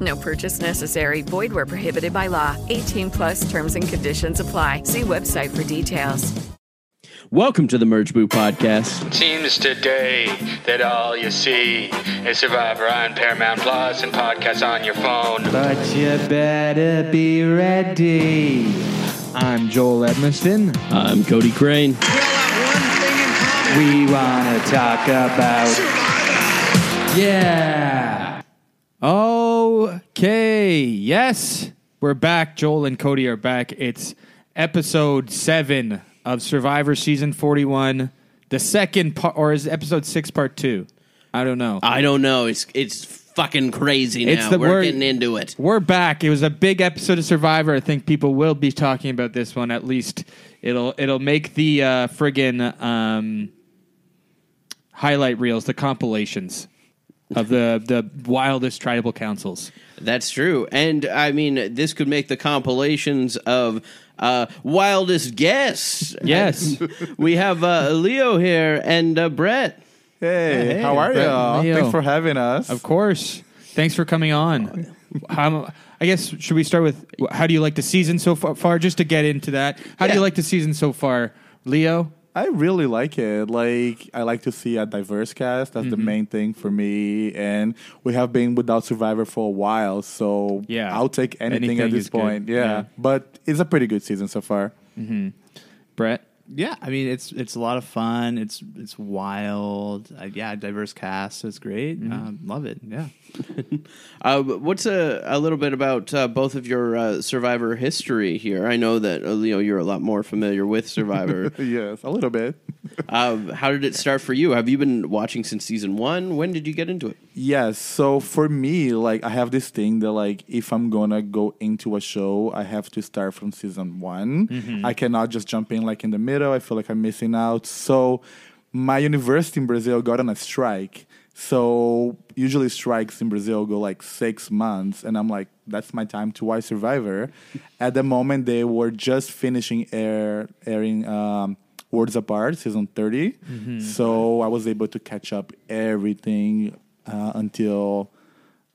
No purchase necessary. Void where prohibited by law. 18 plus terms and conditions apply. See website for details. Welcome to the Merge Boot Podcast. Seems today that all you see is Survivor on Paramount Plus and podcasts on your phone. But you better be ready. I'm Joel Edmiston. I'm Cody Crane. We want to talk about. Yeah. Okay. Yes. We're back. Joel and Cody are back. It's episode seven of Survivor season 41, the second part, or is it episode six, part two? I don't know. I don't know. It's it's fucking crazy now. It's the we're word- getting into it. We're back. It was a big episode of Survivor. I think people will be talking about this one at least. It'll it'll make the uh, friggin' um, highlight reels, the compilations of the the wildest tribal councils. That's true. And I mean, this could make the compilations of uh, wildest guess. Yes. we have uh, Leo here and uh, Brett. Hey, how are Brett you? Leo. Thanks for having us. Of course. Thanks for coming on. How, I guess should we start with how do you like the season so fa- far? Just to get into that, how do Yeah. you like the season so far, Leo? I really like it. Like I like to see a diverse cast. That's Mm-hmm. the main thing for me. And we have been without Survivor for a while, so Yeah. I'll take anything, Anything at is this good. point. Yeah. Yeah. but it's a pretty good season so far. Brett, Yeah, I mean it's it's a lot of fun. It's it's wild. Uh, yeah, diverse cast. It's great. Um, love it. Yeah. Mm-hmm. Uh, what's a, a little bit about uh, both of your uh, Survivor history here? I know that, uh, Leo, you're a lot more familiar with Survivor. Yes, a little bit. uh, how did it start for you? Have you been watching since season one? When did you get into it? Yes. So for me, like I have this thing that like if I'm gonna go into a show, I have to start from season one. I cannot just jump in like in the middle. I feel like I'm missing out. So my university in Brazil got on a strike. So usually strikes in Brazil go like six months, and I'm like, that's my time to watch Survivor. At the moment, they were just finishing air airing. Um, Words Apart, season 30. So I was able to catch up everything uh, until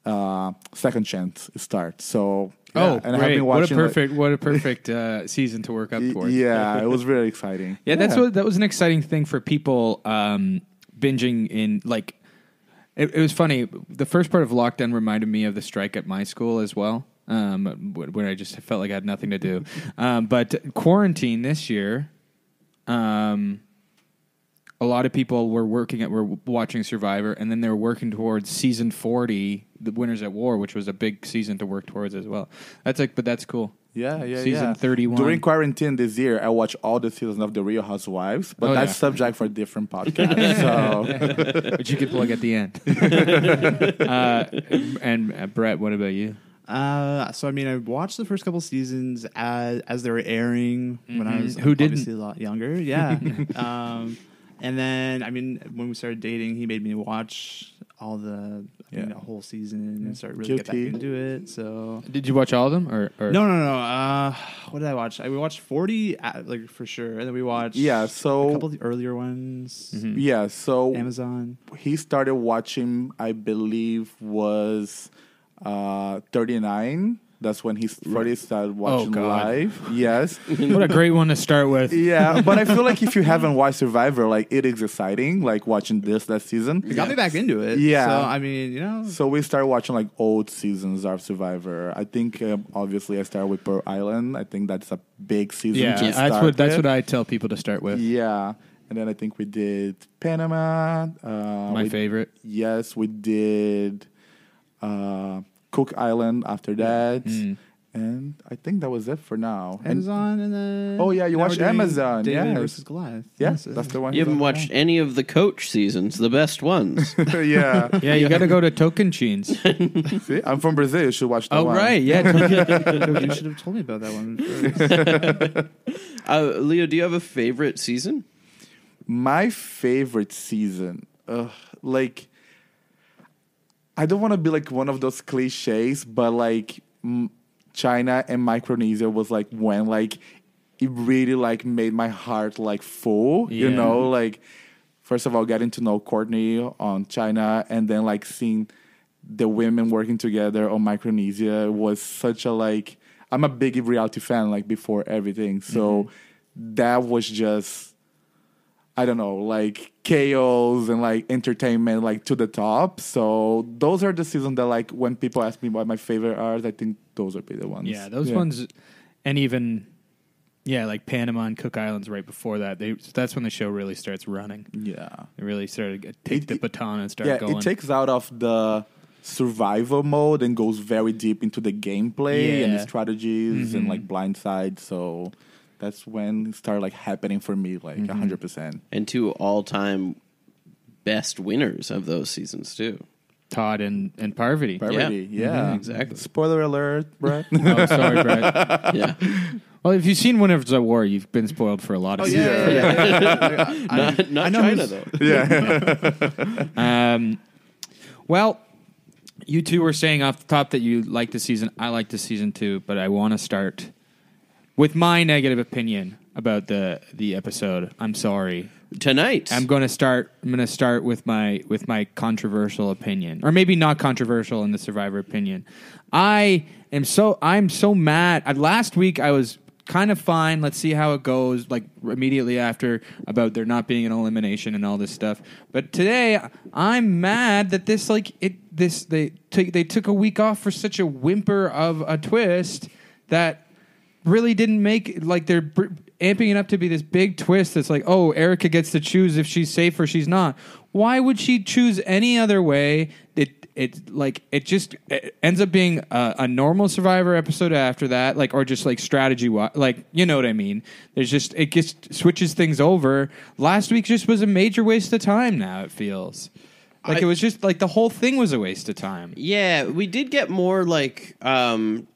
uh, Second Chance starts. So, yeah, oh, great. what a like- perfect, what a perfect uh, season to work up y- for. yeah, it was really exciting. Yeah, that's what that was an exciting thing for people um, binging in. Like, it, it was funny. The first part of lockdown reminded me of the strike at my school as well, um, wh- where I just felt like I had nothing to do. Um, but quarantine this year, um, a lot of people were working at were watching Survivor, and then they were working towards season forty, The Winners at War, which was a big season to work towards as well. That's like, but that's cool. Yeah, yeah, Season yeah. 31. During quarantine this year, I watched all the seasons of The Real Housewives, but Oh, that's yeah. subject for a different podcast. so, which you could plug at the end. uh, and uh, Brett, what about you? Uh, so I mean, I watched the first couple seasons as as they were airing when Mm-hmm. I was Who didn't? obviously a lot younger. Yeah. um, and then I mean, when we started dating, he made me watch all the I Yeah. mean, the whole season and start really get back Guilty. into it. So Did you watch all of them? Or, or no, no, no. Uh, what did I watch? I, we watched forty, uh, like for sure, and then we watched Yeah, so- Mm-hmm. a couple of the earlier ones. yeah, so Amazon. he started watching, I believe, was uh, 39. That's when he first started watching Oh, God. live. Yes. What a great one to start with. yeah, but I feel like if you haven't watched Survivor, like it is exciting, like watching this that season. It got me back into it. Yeah. So I mean, you know, So we started watching like old seasons of Survivor. I think um, obviously I started with Pearl Island. I think that's a big season. Yeah, to that's start what that's with. what I tell people to start with. Yeah, and then I think we did Panama. Uh, My we- favorite. Yes, we did uh, Cook Island after that, Mm. and I think that was it for now. And- Amazon and then Oh, yeah, you now watch we're doing Amazon, David yes. versus Goliath. yeah, Yes, that's the one. You haven't watched any of the coach seasons, the best ones. yeah, Yeah, you got to go to Token Cheens. See, I'm from Brazil. You should watch that oh one. right, yeah, Token- you should have told me about that one. first. uh, Leo, do you have a favorite season? My favorite season, ugh, like, I don't want to be like one of those cliches, but like, m- China and Micronesia was like when like it really like made my heart like full, you Yeah. know, like first of all getting to know Courtney on China and then like seeing the women working together on Micronesia was such a like I'm a big reality fan like before everything, so that was just I don't know, like chaos and like entertainment, like to the top. So those are the seasons that like when people ask me what my favorite are, I think those would be the ones. yeah, those ones, and even yeah, like Panama and Cook Islands right before that. They that's when the show really starts running. Yeah. It really started to take It- the it- baton and start Yeah, going. it takes out of the survival mode and goes very deep into the gameplay and the Yeah. Mm-hmm. strategies and like blindside. So that's when it started like happening for me, like Mm-hmm. 100%. And two all time best winners of those seasons, too. Todd and and Parvati. Already, Mm-hmm. yeah. Mhm, exactly. Spoiler alert, Brett. Oh, sorry, Brett. Yeah. Well, if you've seen Winner of the War, you've been spoiled for a lot of seasons. not not China, though. Well, you two were saying off the top that you liked the season. I liked the season too, but I want to start with my negative opinion about the the episode. I'm sorry. Tonight. I'm going to start. I'm going to start with my with my controversial opinion, or maybe not controversial in the Survivor opinion. I am so I'm so mad. Uh, last week I was kind of fine. Let's see how it goes. Like immediately after about there not being an elimination and all this stuff. But today I'm mad that this like it this they took they took a week off for such a whimper of a twist that really didn't make like they're br- amping it up to be this big twist that's like oh erica gets to choose if she's safe or she's not why would she choose any other way it it like it just it ends up being a, a normal survivor episode after that like or just like strategy wi- like you know what i mean there's just it just switches things over last week just was a major waste of time now it feels like it was just like the whole thing was a waste of time Yeah, we did get more like um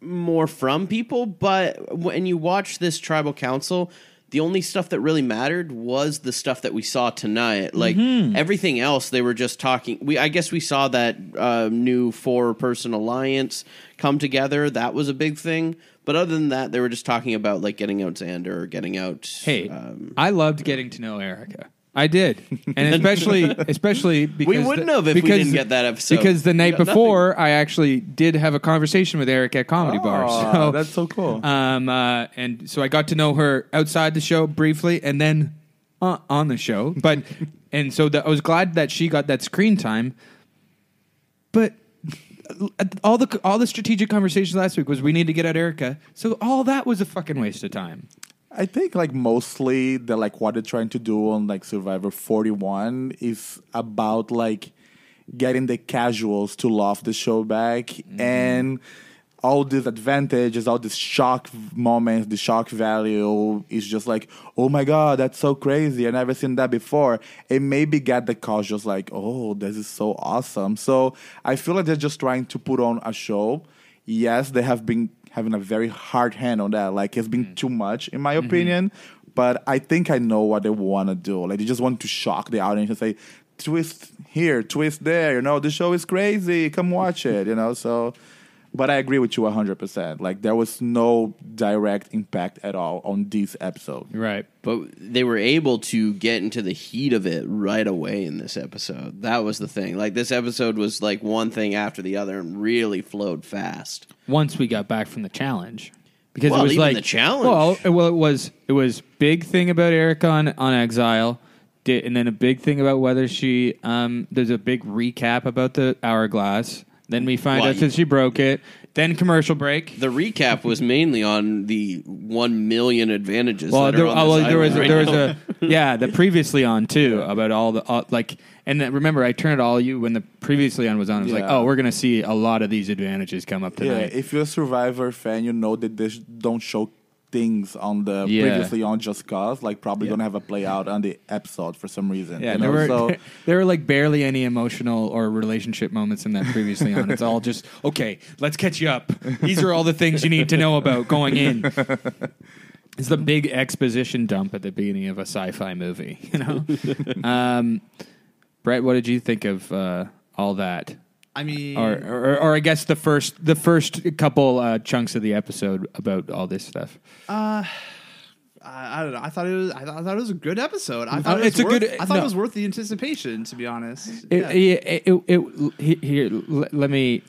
more from people, but when you watch this tribal council, the only stuff that really mattered was the stuff that we saw tonight. Like Mm-hmm. everything else, they were just talking. We I guess we saw that uh, new four person alliance come together. That was a big thing. But other than that, they were just talking about like getting out Xander or getting out. Hey, um, I loved getting to know Erica. I did, and especially especially because wouldn't have if we didn't get that episode. Because the We night got nothing. before, I actually did have a conversation with Erica at comedy bar. So Oh, that's so cool. um, uh, and so I got to know her outside the show briefly, and then uh, on the show. But and so that I was glad that she got that screen time. But uh, all the all the strategic conversations last week was we need to get out Erica. So all that was a fucking waste of time. I think like mostly the like what they're trying to do on like Survivor 41 is about like getting the casuals to love the show back and all these advantages, all these shock moments, the shock value is just like, oh my god, that's so crazy. I never seen that before. It maybe get the casuals like, oh, this is so awesome. So I feel like they're just trying to put on a show yes, they have been having a very hard hand on that. Like it's been too much, in my opinion. But I think I know what they want to do. Like they just want to shock the audience and say, twist here, twist there. You know, the show is crazy. Come watch it. You know, so But I agree with you 100%. Like, there was no direct impact at all on this episode. Right. But they were able to get into the heat of it right away in this episode. That was the thing. Like this episode was like one thing after the other and really flowed fast. Once we got back from the challenge. Because Well, it was even like the challenge. Well, it- well, it was it was big thing about Eric on on Exile, di- and then a big thing about whether she. Um, there's a big recap about the hourglass. Then we find Well, out that she broke it. Then commercial break. The recap was mainly on the one million advantages. Well, that there, are on oh, well, this there was island there right was now. a yeah the previously on too about all the all, like and then, remember I turned it all you when the previously on was on. I was like, Yeah. oh, we're gonna see a lot of these advantages come up Yeah, tonight. if you're a Survivor fan, you know that they sh- don't show things on the Yeah. previously on Just Cause. Like, probably gonna have a play out on the episode for some reason. Yeah, you there know? were So- there were like barely any emotional or relationship moments in that previously on. It's all just okay. Let's catch you up. These are all the things you need to know about going in. It's the big exposition dump at the beginning of a sci-fi movie. You know, um, Brett, what did you think of uh, all that? I mean, Or, or, or I guess the first the first couple uh, chunks of the episode about all this stuff. I, I don't know. I thought it was. I thought, I thought it was a good episode. I thought Uh, it was it's a worth- good- I thought no. it was worth the anticipation. To be honest, It, Yeah. it, it, it- he- here, l- let me.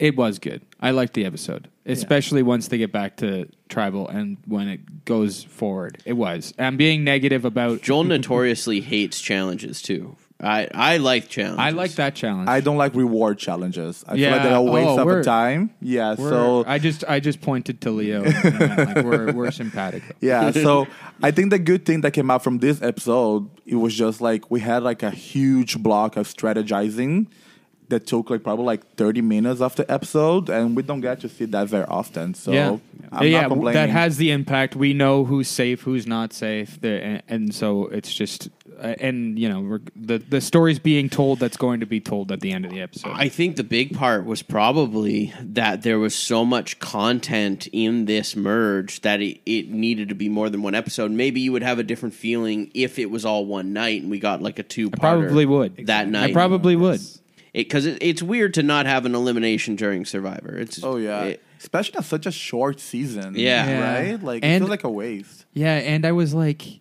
It was good. I liked the episode, especially once they get back to tribal and when it goes forward. It was. I'm being negative about. Joel notoriously hates challenges too. I I like challenges. I like that challenge. I don't like reward challenges. I feel Yeah, like that all oh, wastes up we're- a time. Yeah, We're- so I just I just pointed to Leo. and I'm like, we're we're simpatico. yeah, so I think the good thing that came out from this episode, it was just like we had like a huge block of strategizing that took like probably like 30 minutes of the episode, and we don't get to see that very often. So I'm yeah, not complaining. that has the impact. We know who's safe, who's not safe, there, and, and so it's just, uh, and you know, we're, the the story's being told that's going to be told at the end of the episode. I think the big part was probably that there was so much content in this merge that it, it needed to be more than one episode. Maybe you would have a different feeling if it was all one night and we got like a two. probably would that night. I probably would. because it, it's weird to not have an elimination during Survivor. It's Oh yeah, it- especially on such a short season. Yeah. Yeah. right. Like it And- feels like a waste. Yeah, and I was like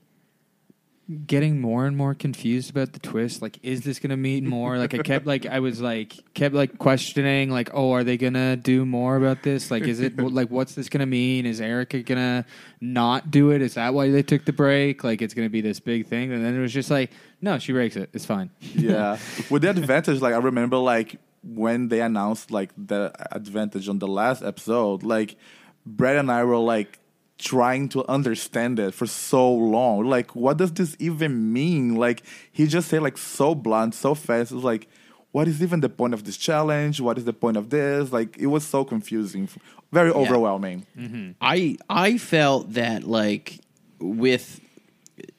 getting more and more confused about the twist. Like, is this gonna mean more? Like, I kept like I was like kept like questioning. Like, oh, are they gonna do more about this? Like, is it like what's this gonna mean? Is Erica gonna not do it? Is that why they took the break? Like, it's gonna be this big thing. And then it was just like, no, she breaks it. It's fine. yeah with the advantage like i remember like when they announced like the advantage on the last episode like brett and i were like trying to understand it for so long like what does this even mean like he just said like so blunt so fast it was like what is even the point of this challenge what is the point of this like it was so confusing very overwhelming I I felt that like with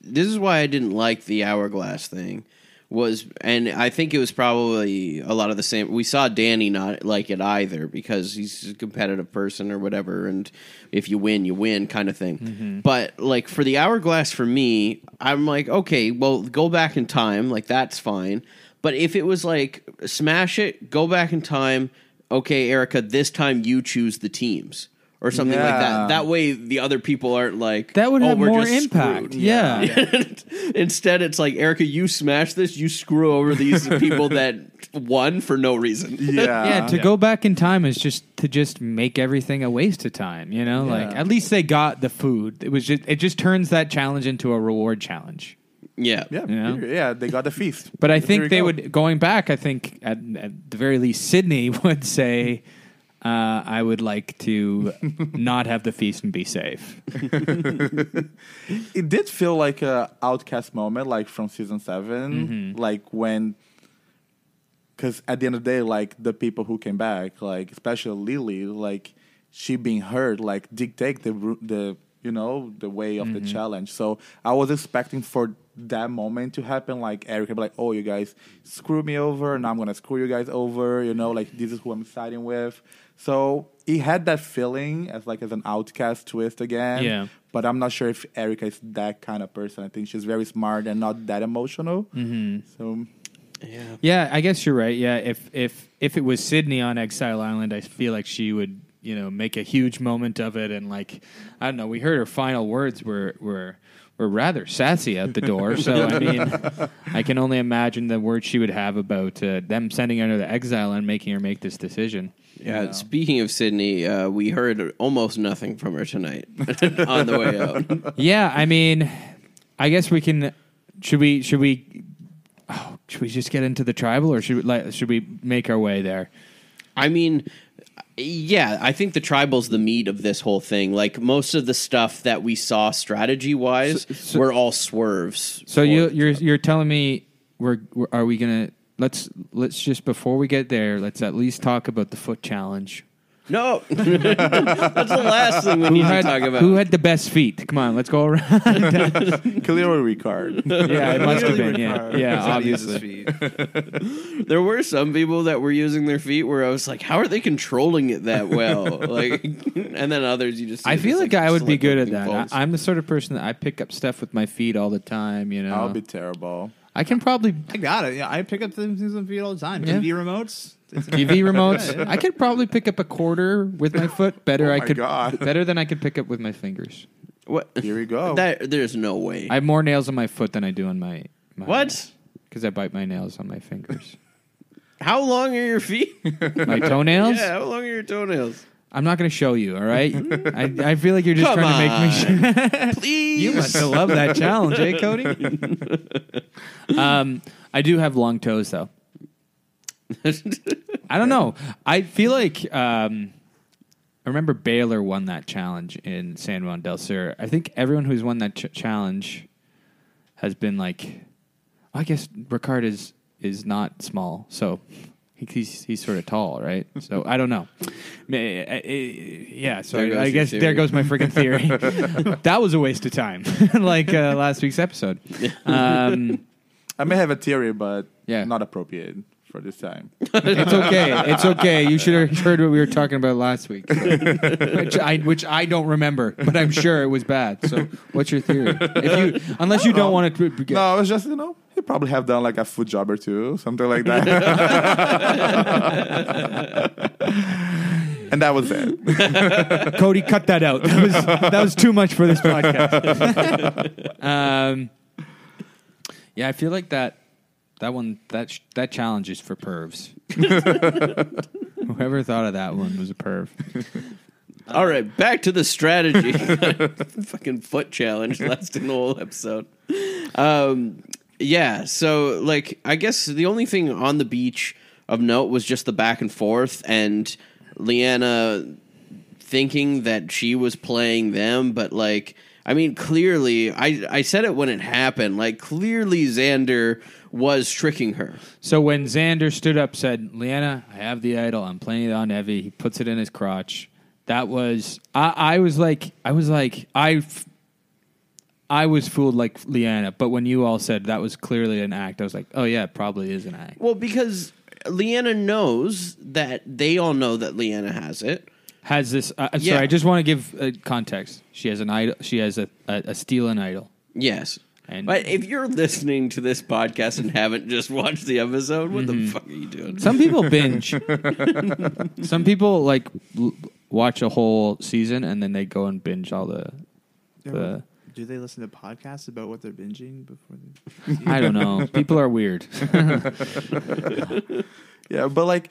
this is why I didn't like the hourglass thing was and I think it was probably a lot of the same we saw Danny not like it either because he's a competitive person or whatever and if you win you win kind of thing. Mm-hmm. But like for the hourglass for me, I'm like okay, well go back in time, like that's fine. But if it was like smash it, go back in time, okay Erica, this time you choose the teams or something like Yeah. that. That way the other people aren't like That would "Oh, have we're more just impact. screwed." Yeah. Instead, it's like Erica, you smash this, you screw over these people that won for no reason. yeah Yeah, to go back in time is just to just make everything a waste of time, you know? Like at least they got the food. It was just it just turns that challenge into a reward challenge. Yeah, yeah, Yeah. yeah, they got the feast. But I Here think we they go. would going back. I think at, at the very least, Sydney would say, uh, "I would like to not have the feast and be safe." it did feel like a outcast moment like from season 7 Mm-hmm. like when because at the end of the day like the people who came back like especially lily like she being hurt like dictate the ru- the you know the way of the challenge so i was expecting for that moment to happen like erica be like oh you guys screw me over and i'm gonna screw you guys over you know like this is who i'm siding with so he had that feeling as like as an outcast twist again Yeah. but I'm not sure if Erica is that kind of person. I think she's very smart and not that emotional. So Yeah. Yeah, I guess you're right. Yeah, if if if it was Sydney on Exile Island, I feel like she would, you know, make a huge moment of it and like I don't know, we heard her final words were were were rather sassy at the door. so I mean, I can only imagine the words she would have about uh, them sending her to exile and making her make this decision. Yeah. Speaking of Sydney, uh, we heard almost nothing from her tonight on the way out. Yeah, I mean, I guess we can. Should we? Should we? Oh, should we just get into the tribal, or should we, like, should we make our way there? I mean, yeah, I think the tribal's the meat of this whole thing. Like most of the stuff that we saw strategy wise were all swerves. So for you, the you're you're telling me we're, we're are we gonna let's let's just before we get there, let's at least talk about the foot challenge. No, that's the last thing we need Who to had- talk about. who had the best feet? Come on, let's go around. Clearly, Ricard. yeah, it must have Clearly been. Yeah, Ricard. yeah, That's how he uses obviously. feet. there were some people that were using their feet where I was like, "How are they controlling it that well?" Like, and then others you just. see I feel just, like I would be good at slipping that. folds. I, I'm the sort of person that I pick up stuff with my feet all the time. You know, I'll be terrible. I can probably I got it. Yeah, I pick up things on feet all the time. Yeah. TV remotes. It's- TV remotes. I could probably pick up a quarter with my foot better. Oh I my could God. better than I could pick up with my fingers. what? Here we go. That, there's no way. I have more nails on my foot than I do on my, my what? Because I bite my nails on my fingers. How long are your feet? my toenails. yeah, how long are your toenails? I'm not going to show you. All right. I, I feel like you're just Come trying to make me. Please. you must have loved that challenge, eh, Cody? um, I do have long toes though. I don't know. I feel like um, I remember Baylor won that challenge in San Juan del Sur. I think everyone who's won that ch- challenge has been like, I guess Ricard is is not small, so he- he's he's sort of tall, right? So I don't know. Ma- I- I- Yeah, so There goes I, I your guess there theory. goes my freaking theory. that was a waste of time, like uh, last week's episode. Um, I may have a theory, but Yeah. not appropriate for this time. It's okay. It's okay. You should have heard what we were talking about last week, which, I, which I don't remember, but I'm sure it was bad. So, what's your theory? If you, unless you don't want to, No, I was just, you know, he probably have done like a food job or two, something like that. and that was it. Cody, cut that out. That was that was too much for this podcast. um, yeah, I feel like that that one that sh- that challenge is for pervs. Whoever thought of that one was a perv. All right, back to the strategy. Fucking foot challenge lasting the whole episode. Um, yeah, so like I guess the only thing on the beach of note was just the back and forth and Leanna thinking that she was playing them, but like I mean, clearly, I I said it when it happened. Like clearly, Xander was tricking her. So when Xander stood up, said, "Leanna, I have the idol. I'm playing it on Evie." He puts it in his crotch. That was I. I was like, I was like, I, f- I was fooled like Leanna. But when you all said that was clearly an act, I was like, oh yeah, it probably is an act. Well, because Leanna knows that they all know that Leanna has it. Has this? Uh, I'm Yeah. Sorry, I just want to give uh, context. She has an idol. She has a a, a stealing idol. Yes. And- but if you're listening to this podcast and haven't just watched the episode, what Mm-hmm. the fuck are you doing? Some people binge. Some people like l- watch a whole season and then they go and binge all the. the Do they listen to podcasts about what they're binging before? They- I don't know. People are weird. Yeah, but like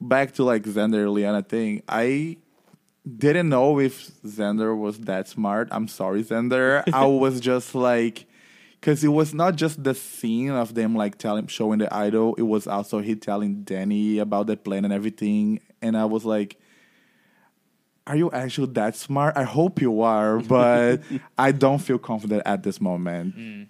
back to like Xander Liana thing, I didn't know if Xander was that smart. I'm sorry, Xander. I was just like, because it was not just the scene of them like telling, showing the idol. It was also he telling Danny about the plan and everything. And I was like, are you actually that smart? I hope you are, but I don't feel confident at this moment.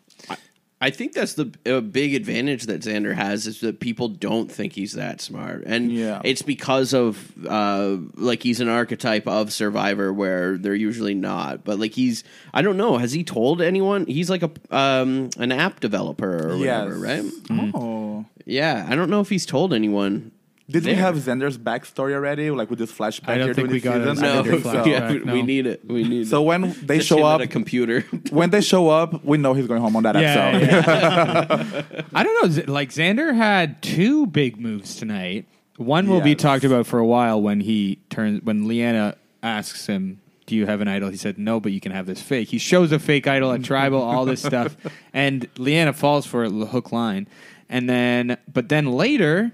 I think that's the uh, big advantage that Xander has is that people don't think he's that smart, and Yeah. it's because of uh, like he's an archetype of Survivor where they're usually not. But like he's, I don't know, has he told anyone? He's like a um, an app developer or whatever, Yes. right? Oh. Yeah, I don't know if he's told anyone Did we have Xander's backstory already? Like with this flashback I don't here think during we the got season? it. I No, don't think so. yeah, we, no. we need it. We need So it. when they Just show him at up, a computer. when they show up, we know he's going home on that episode. I don't know. Z- Like Xander had two big moves tonight. One will be Yes. talked about for a while when he turns when Leanna asks him, "Do you have an idol?" He said, "No, but you can have this fake." He shows a fake idol at Tribal, all this stuff, and Leanna falls for it, l- hook line, and then but then later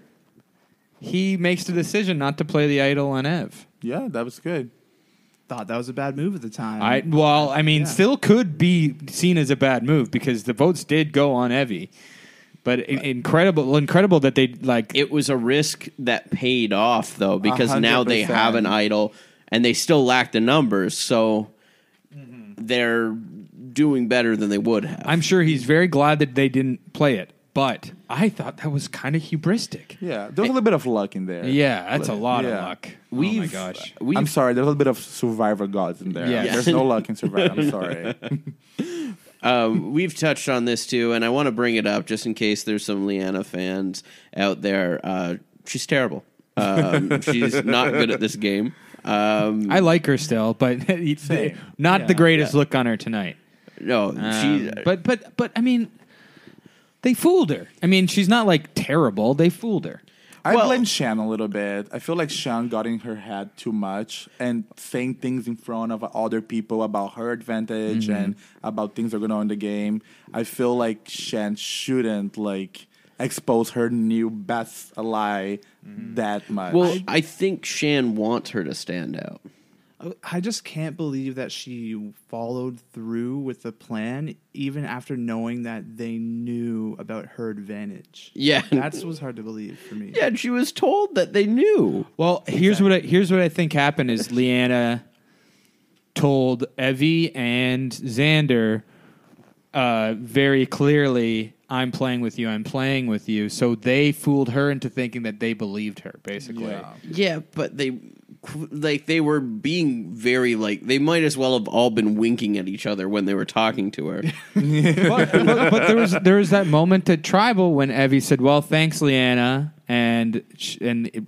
he makes the decision not to play the idol on Ev. yeah. that was good. Thought that was a bad move at the time. I Mm. well, I mean, still could be seen as a bad move because the votes did go on Evie. But i- incredible, incredible that they like it was a risk that paid off though because now they 100%. have an idol and they still lack the numbers so they're doing better than they would have I'm sure he's very glad that they didn't play it, but I thought that was kind of hubristic. Yeah, there was a little bit of luck in there. Yeah, that's a lot of Yeah. luck. oh my We've- gosh. we've I'm sorry, there's a little bit of survivor gods in there. Yeah. There's no luck in survivor. I'm sorry. um, we've touched on this too and I want to bring it up just in case there's some Leanna fans out there uh, she's terrible um, she's not good at this game um, I like her still, but it's- not the greatest look on her tonight. no she uh, Um, but but but I mean, they fooled her. I mean, she's not like terrible. They fooled her. I Well- blame Shan a little bit. I feel like Shan got in her head too much and saying things in front of other people about her advantage Mm-hmm. and about things that are going on in the game. I feel like Shan shouldn't like expose her new best ally that much. Mm-hmm. well I think Shan wants her to stand out I just can't believe that she followed through with the plan, even after knowing that they knew about her advantage. Yeah. that was hard to believe for me. yeah and she was told that they knew Well, here's what I, here's what I think happened is Leanna told Evie and Xander uh, very clearly, "I'm playing with you. I'm playing with you." So they fooled her into thinking that they believed her, basically. Yeah, but they like they were being very like they might as well have all been winking at each other when they were talking to her. but, but, but there was there was that moment at Tribal when Evie said, "Well, thanks, Leanna," and sh and it-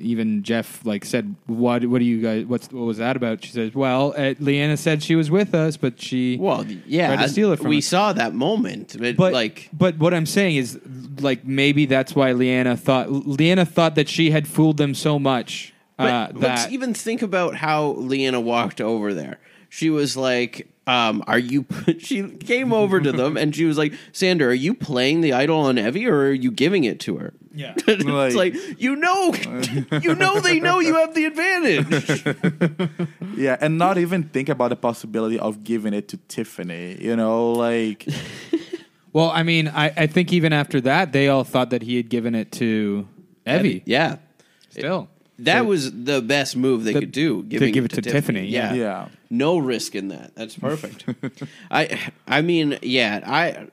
even Jeff like said, "What what do you guys? What's what was that about?" She says, "Well, uh, Leanna said she was with us, but she well, yeah, tried to steal it from we us." saw that moment, but, But like but what I'm saying is, like maybe that's why Leanna thought Leanna thought that she had fooled them so much uh, but that let's even think about how Leanna walked over there. She was like, um, "Are you?" she came over to them and she was like, "Sander, are you playing the idol on Evie, or are you giving it to her?" Yeah. it's like Like- you know, you know they know you have the advantage. Yeah, and not even think about the possibility of giving it to Tiffany. You know, like well, I mean, I, I think even after that, they all thought that he had given it to Evie. yeah, Still, That was the best move they The- could do. to Giving give it to Tiffany, yeah. yeah. no risk in that. That's perfect. I, I mean, yeah. I,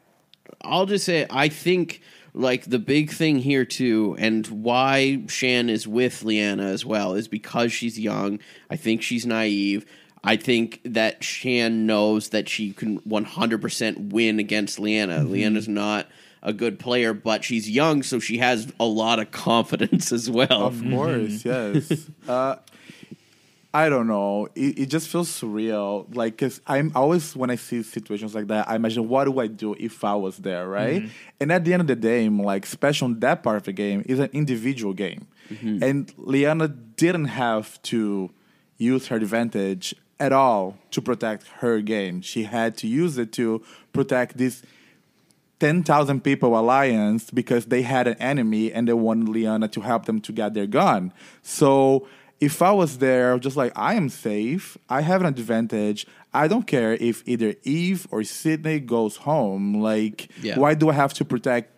I'll just say, I think like the big thing here too, and why Shan is with Leanna as well is because she's young. I think she's naive. I think that Shan knows that she can 100% win against Leanna. Mm-hmm. Leanna's not a good player, but she's young, so she has a lot of confidence as well. Of course, yes. Uh, I don't know. It, it just feels surreal. Like, cause I'm always when I see situations like that, I imagine what do I do if I was there, right? And at the end of the game, like especially on that part of the game, is an individual game, and Liana didn't have to use her advantage at all to protect her game. She had to use it to protect this 10,000 people alliance because they had an enemy and they wanted Liana to help them to get their gun. So if I was there, I was just like, I am safe. I have an advantage. I don't care if either Eve or Sydney goes home. Like, Yeah. why do I have to protect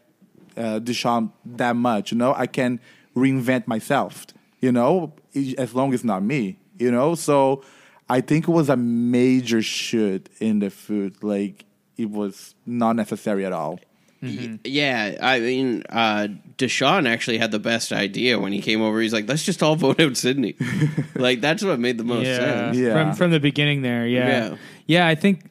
uh, Deshaun that much? You know, I can reinvent myself, you know, i- as long as not me, you know? So I think it was a major shoot in the food. Like, it was not necessary at all. Hmm. Y- Yeah, I mean, uh, Deshaun actually had the best idea when he came over. He's like, let's just all vote out Sydney. like, that's what made the most yeah. sense. Yeah. From from the beginning there, yeah. Yeah. yeah, I think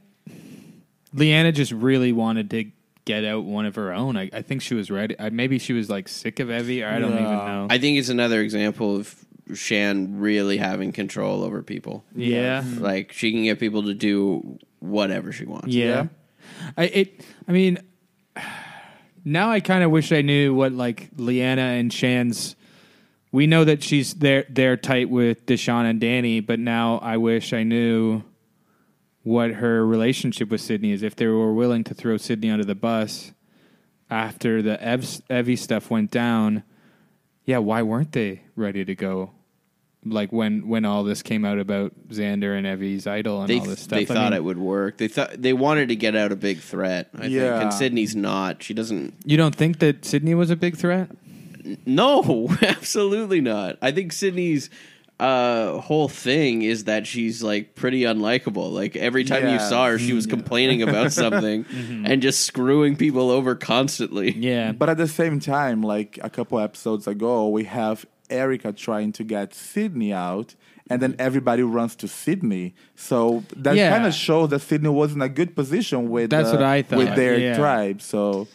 Leanna just really wanted to get out one of her own. I, I think she was ready. I, maybe she was like sick of Evie, or I don't even know. I think it's another example of Shan really having control over people. yeah. Hmm. Like she can get people to do whatever she wants. Yeah. I it I mean now I kind of wish I knew what like Leanna and Shan's we know that she's they're they're tight with Deshaun and Danny, but now I wish I knew what her relationship with Sydney is if they were willing to throw Sydney under the bus after the Ev, Evie stuff went down. Yeah, why weren't they ready to go? Like when when all this came out about Xander and Evie's idol and They, all this stuff. they I thought mean- it would work. They thought they wanted to get out a big threat. I Yeah. think, and Sydney's not. She doesn't. You don't think that Sydney was a big threat? No, absolutely not. I think Sydney's uh, whole thing is that she's like pretty unlikable. Like every time you Yeah. saw her, she was complaining about something and just screwing people over constantly. Yeah. But at the same time, like a couple episodes ago, we have Erica trying to get Sydney out, and then everybody runs to Sydney. So that Yeah. kind of shows that Sydney was in a good position with uh, That's what I thought, with their yeah. tribe. So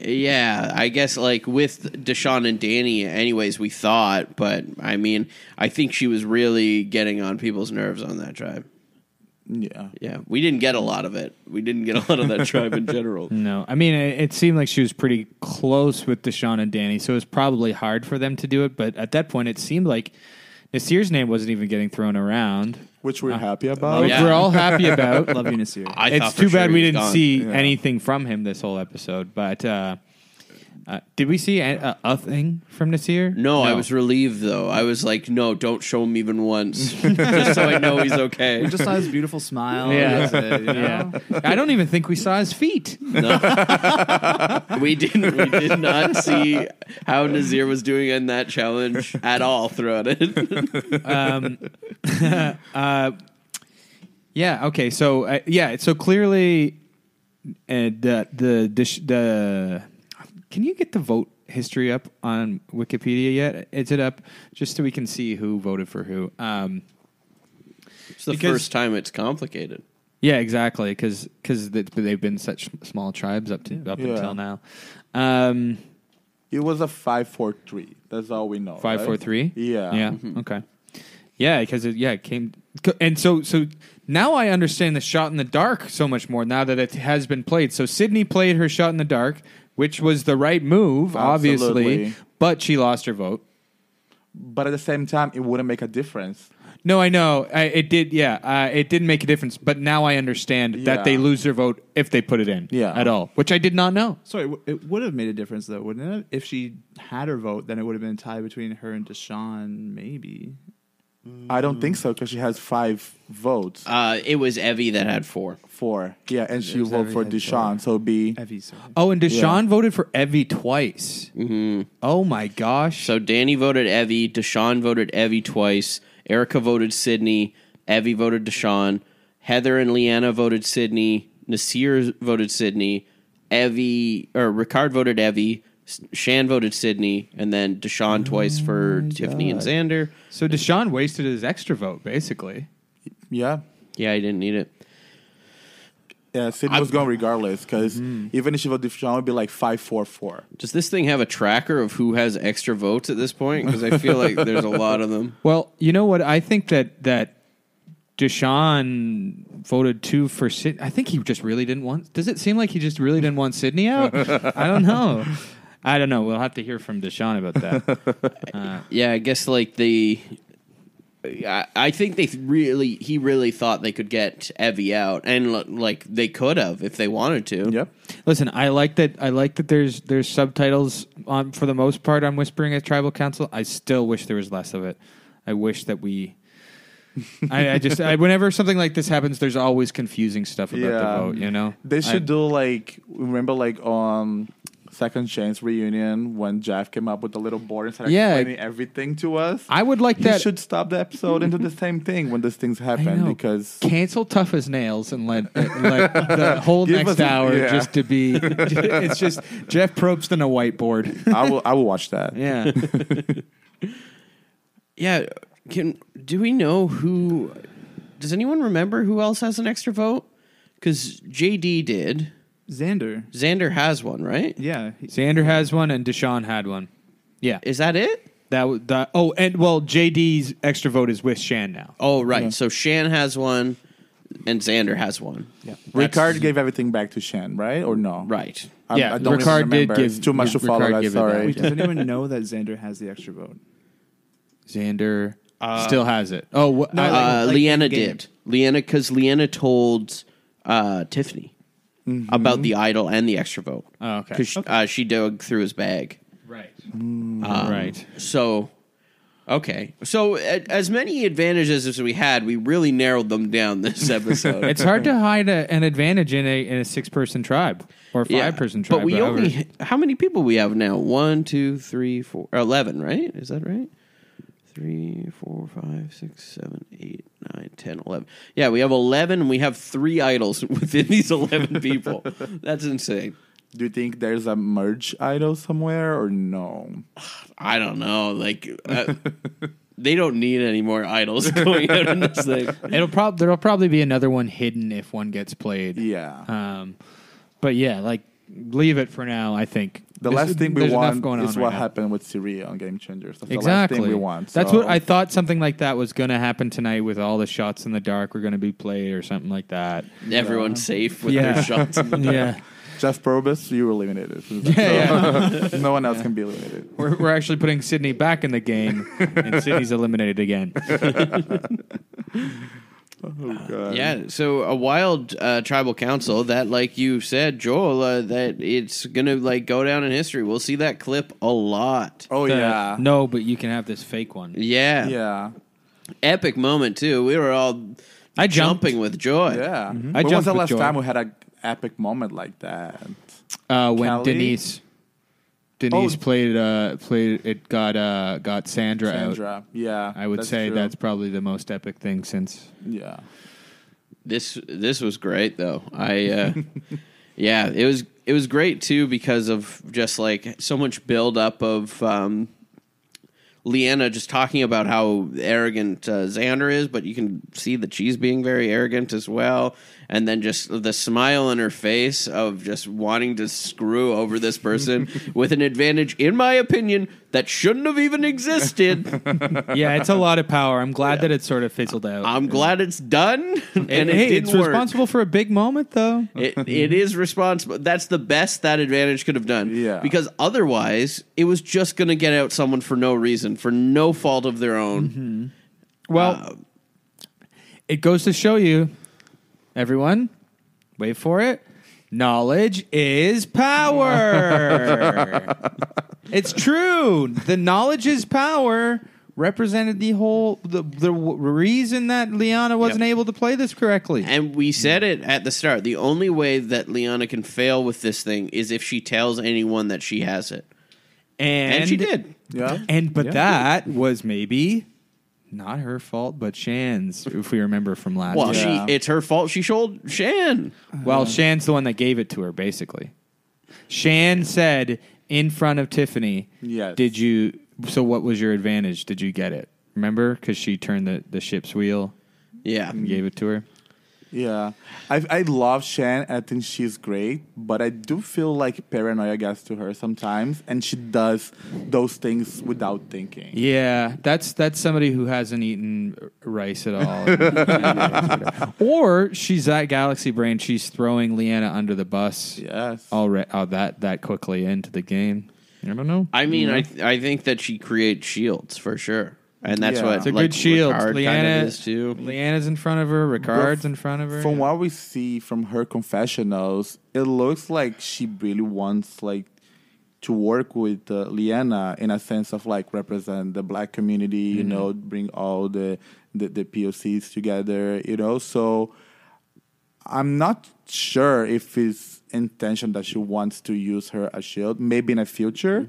Yeah, I guess like with Deshaun and Danny, anyways, we thought, but I mean, I think she was really getting on people's nerves on that tribe. yeah, Yeah, we didn't get a lot of it. We didn't get a lot of that tribe in general. no, I mean, it, it seemed like she was pretty close with Deshaun and Danny, so it was probably hard for them to do it. But at that point, it seemed like Nasir's name wasn't even getting thrown around, which we're happy which about. Oh, yeah. we're all happy about. Love you, Nasir. I thought it's for too sure bad he we was didn't gone. see Yeah. anything from him this whole episode. But uh, uh, did we see a, a, a thing from Nasir? Oh, No, I was relieved though. I was like, no, don't show him even once, just so I know he's okay. just saw his beautiful smile. Yeah. That's it, you know? Yeah, I don't even think we saw his feet. we didn't. We did not see how Nazir was doing in that challenge at all throughout it. Um, uh, Yeah. Okay. So uh, yeah. So clearly, uh, the the dish, the can you get the vote history up on Wikipedia yet? Is it up just so we can see who voted for who? Um, It's the Because- first time it's complicated. yeah, exactly. Because they've been such small tribes up to up Yeah. until now. Um, It was a five four three. That's all we know. Five, right? four, three. Yeah. Mm-hmm. Yeah. Okay. Yeah, because it yeah it came and so so now I understand the shot in the dark so much more now that it has been played. So Sydney played her shot in the dark, which was the right move, obviously, Absolutely. but she lost her vote. But at the same time, it wouldn't make a difference. No, I know I, it did. Yeah, uh, it didn't make a difference, but now I understand that Yeah. they lose their vote if they put it in Yeah. at all, which I did not know. Sorry, w- it would have made a difference though, wouldn't it? If she had her vote, then it would have been a tie between her and Deshaun, maybe. I don't think so because she has five votes. Uh, it was Evie that had four. Four. Yeah, and she voted for everything. Deshaun. So it'd be Evie, sorry. Oh, and Deshaun voted for Evie twice. Mm-hmm. Oh my gosh! So Danny voted Evie, Deshaun voted Evie twice, Erica voted Sydney, Evie voted Deshaun, Heather and Leanna voted Sydney, Nasir voted Sydney, Evie or Ricard voted Evie, S- Shan voted Sydney, and then Deshaun twice for Tiffany and Xander. so Deshaun wasted his extra vote basically. yeah. Yeah, I didn't need it. Yeah, Sydney was going regardless because Mm-hmm. even if she voted Deshaun, it would be like five four four. Does this thing have a tracker of who has extra votes at this point? Because I feel like there's a lot of them. Well, you know what? I think that that Deshaun voted two for Sid. I think he just really didn't want. Does it seem like he just really didn't want Sydney out? I don't know. I don't know. We'll have to hear from Deshaun about that. Yeah, I guess like the. I I think they really, he really thought they could get Evie out, and l- like they could have if they wanted to. Yep. Listen, I like that. I like that. There's there's subtitles on for the most part on Whispering at Tribal Council. I still wish there was less of it. I wish that we. I, I just I, whenever something like this happens, there's always confusing stuff about Yeah. the vote. You know, They should I- do like remember like on Second Chance reunion when Jeff came up with the little board and started Yeah. explaining everything to us. I would like he that- should stop the episode and do the same thing when these things I happen know. because cancel tough as nails and let, and let the whole Give next us a- hour yeah. just to be it's just jeff probst and a whiteboard I will I will watch that. yeah Yeah. Can do we know who? Does anyone remember who else has an extra vote? Because JD did. Xander. Xander has one, right? Yeah. he- Xander has one, and Deshaun had one. Yeah, Is that it? that w- that. Oh, and well, JD's extra vote is with Shan now. Oh, right. So Shan has one, and Xander has one. Yeah. Ricard gave everything back to Shan, right? Or no? Right. I, Yeah, I don't even Ricard did remember. give- it's too much to Ricard follow. gave Guys, it sorry. back, Wait, does anyone know that Xander has the extra vote? Xander still has it. Oh, wha- I- Uh, like Leanna in-game. did. Leanna, because Leanna told uh, Tiffany about the idol and the extra vote. Oh, okay. 'Cause sh- Uh, she dug through his bag. right, uh, right. So, okay. So, a- as many advantages as we had, we really narrowed them down this episode. It's hard to hide a, an advantage in a in a six person tribe or five person tribe. But we however. only how many people we have now? One, two, three, four, eleven. Right? Is that right? Three, four, five, six, seven, eight, nine, ten, eleven. Yeah, we have eleven. We have three idols within these eleven people. That's insane. Do you think there's a merge idol somewhere or no? I don't know. Like. Uh, They don't need any more idols going out in this thing. it'll probably there'll probably be another one hidden if one gets played. Yeah. Um, but yeah, like leave it for now. I think the There's- last thing we there's enough want going is on what right now. happened with Siri on Game Changers. That's Exactly. the last thing we want. That's so- what I thought. Something like that was going to happen tonight, with all the shots in the dark were going to be played, or something like that. Everyone's safe with Yeah. their shots. yeah, Jeff Probus, you were eliminated. no one else can be eliminated. we're, we're actually putting Sydney back in the game, and Sydney's eliminated again. Oh, Yeah, so a wild uh, tribal council that, like you said, Joel, uh, that it's gonna like go down in history. We'll see that clip a lot. Oh The- yeah. No, but you can have this fake one. Yeah, Yeah. epic moment too. We were all I jumped. jumping with joy. I Yeah. when was jumped the with last joy. time we had an epic moment like that? Uh, when Kelly? Denise, Denise Oh. played, uh, played it got uh, got Sandra, out. Sandra. Yeah. I would say true. that's probably the most epic thing since. yeah. This this was great though. I uh, yeah, it was it was great too because of just like so much build up of um, Leanna just talking about how arrogant uh, Xander is, but you can see that she's being very arrogant as well. And then just the smile on her face of just wanting to screw over this person with an advantage, in my opinion, that shouldn't have even existed. yeah, it's a lot of power. I'm glad that it sort of fizzled out. I'm glad it's done, Uh, and and it hey, didn't it's work. responsible for a big moment though. it, it is responsible. That's the best that advantage could have done. Yeah. Because otherwise, it was just going to get out someone for no reason, for no fault of their own. Mm-hmm. Well, it goes to show you, everyone, wait for it. Knowledge is power. it's true. The knowledge is power represented the whole the, the w- reason that Liana wasn't able to play this correctly. And we said it at the start. The only way that Liana can fail with this thing is if she tells anyone that she has it. And, she did. Yeah. And but that was maybe not her fault, but Shan's, if we remember from last. Well, year. Yeah. she it's her fault she sold Shan. Well, Shan's the one that gave it to her, basically. Shan said in front of Tiffany, Yes. Did you? So, what was your advantage? Did you get it? Remember? Because she turned the, the ship's wheel Yeah. and gave it to her. Yeah, I I love Shan. and I think she's great, but I do feel like paranoia gets to her sometimes, and she does those things without thinking. Yeah, that's that's somebody who hasn't eaten rice at all. or she's that galaxy brain. She's throwing Leanna under the bus Yes. already oh, that that quickly into the game. I don't know. I mean, I th- I think that she creates shields for sure. And that's Yeah. what It's it's a like, good shield. Ricard kind of Leanna is too. Leanna's in front of her. Ricard's in front of her. From yeah. what we see from her confessionals, it looks like she really wants like to work with uh, Liana in a sense of like represent the black community, you know, bring all the, the the POCs together, you know. So I'm not sure if it's intention that she wants to use her as shield, maybe in the future.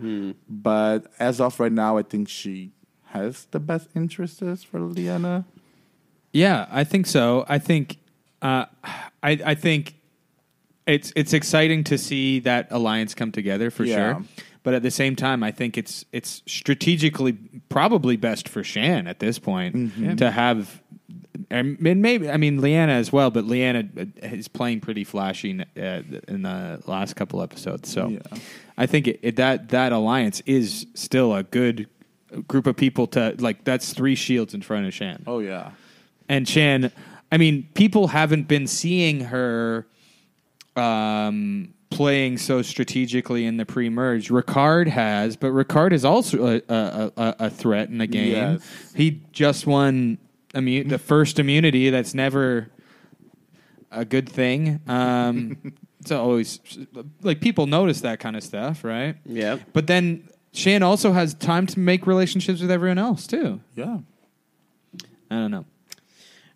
But as of right now, I think she has the best interests for Liana. Yeah, I think so. I think, uh, I I think it's it's exciting to see that alliance come together for Yeah. sure. But at the same time, I think it's Mm-hmm. it's strategically probably best for Shan at this point to have and and maybe I mean Leanna as well, but Leanna uh, is playing pretty flashy in, uh, in the last couple episodes. So Yeah. I think it, it, that that alliance is still a good group of people to like. That's three shields in front of Shan Oh yeah. and Chan. I mean, people haven't been seeing her um, playing so strategically in the pre-merge. Ricard has, but Ricard is also a, a, a, a threat in the game. Yes. He just won immu- the first immunity. That's never a good thing. Um, it's always like people notice that kind of stuff, right? Yeah. But then Shan also has time to make relationships with everyone else too. Yeah. I don't know.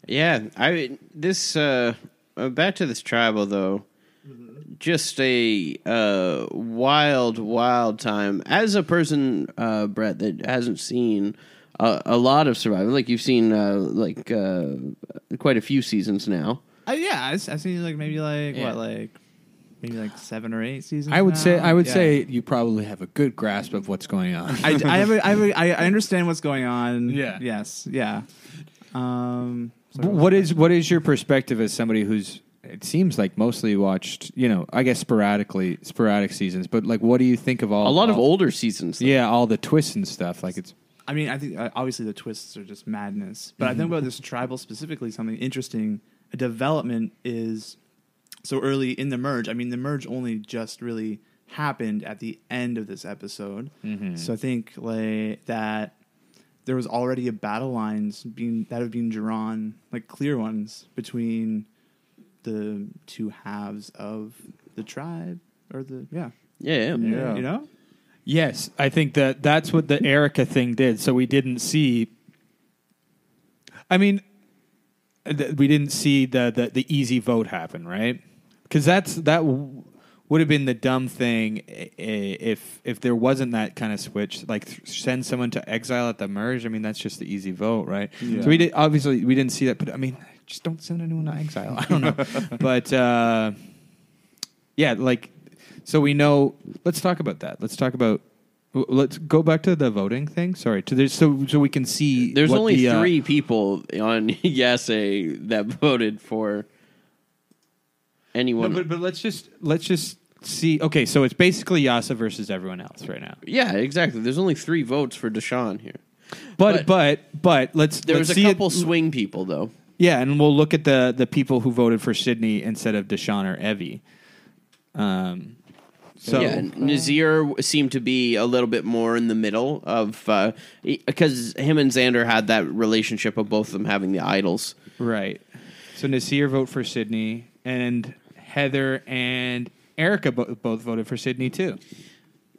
Yeah, I this uh uh, back to this tribal though. Mm-hmm. Just a uh wild wild time as a person uh Brett that hasn't seen a, a lot of survival like you've seen uh like uh quite a few seasons now. Uh, yeah, I've, I've seen like maybe like Yeah. what like maybe like seven or eight seasons. I would say now. I would Yeah. say you probably have a good grasp of what's going on. I, I have a, I have a, I I understand what's going on. Yeah. Yes. Yeah. Um. sorry. what is what is your perspective as somebody who's it seems like mostly watched, you know, I guess sporadically sporadic seasons, but like what do you think of all A lot of all- older seasons. though. Uh-huh. Yeah, all the twists and stuff like it's I mean, I think uh, obviously the twists are just madness. But I think about this tribal specifically, something interesting, a development is so early in the merge. I mean, the merge only just really happened at the end of this episode. So I think like that there was already a battle lines being that have been drawn, like clear ones between the two halves of the tribe or the yeah, Yeah. yeah. Yeah. you know. Yes, I think that that's what the Erica thing did. So we didn't see. I mean, th- we didn't see the the, the easy vote happen, right? Because that's that w- would have been the dumb thing i- i- if if there wasn't that kind of switch, like th- send someone to exile at the merge. I mean, that's just the easy vote, right? So we did obviously we didn't see that, but I mean, just don't send anyone to exile. I don't know, but. uh yeah, like so we know. Let's talk about that. Let's talk about. w- Let's go back to the voting thing. Sorry, to this, so so we can see. There's what only the, uh, three people on Yase that voted for No, anyone. but but let's just let's just see. Okay, so it's basically Yasa versus everyone else right now. yeah, exactly. There's only three votes for Deshaun here. But but but, let's There was let's a see it- couple swing people though. yeah, and we'll look at the the people who voted for Sydney instead of Deshaun or Evie. Um. So yeah, Nazir seemed to be a little bit more in the middle of because him and Xander had that relationship of both of them having the idols. Right. So Nasir vote for Sydney, and Heather and Erica bo- both voted for Sydney too.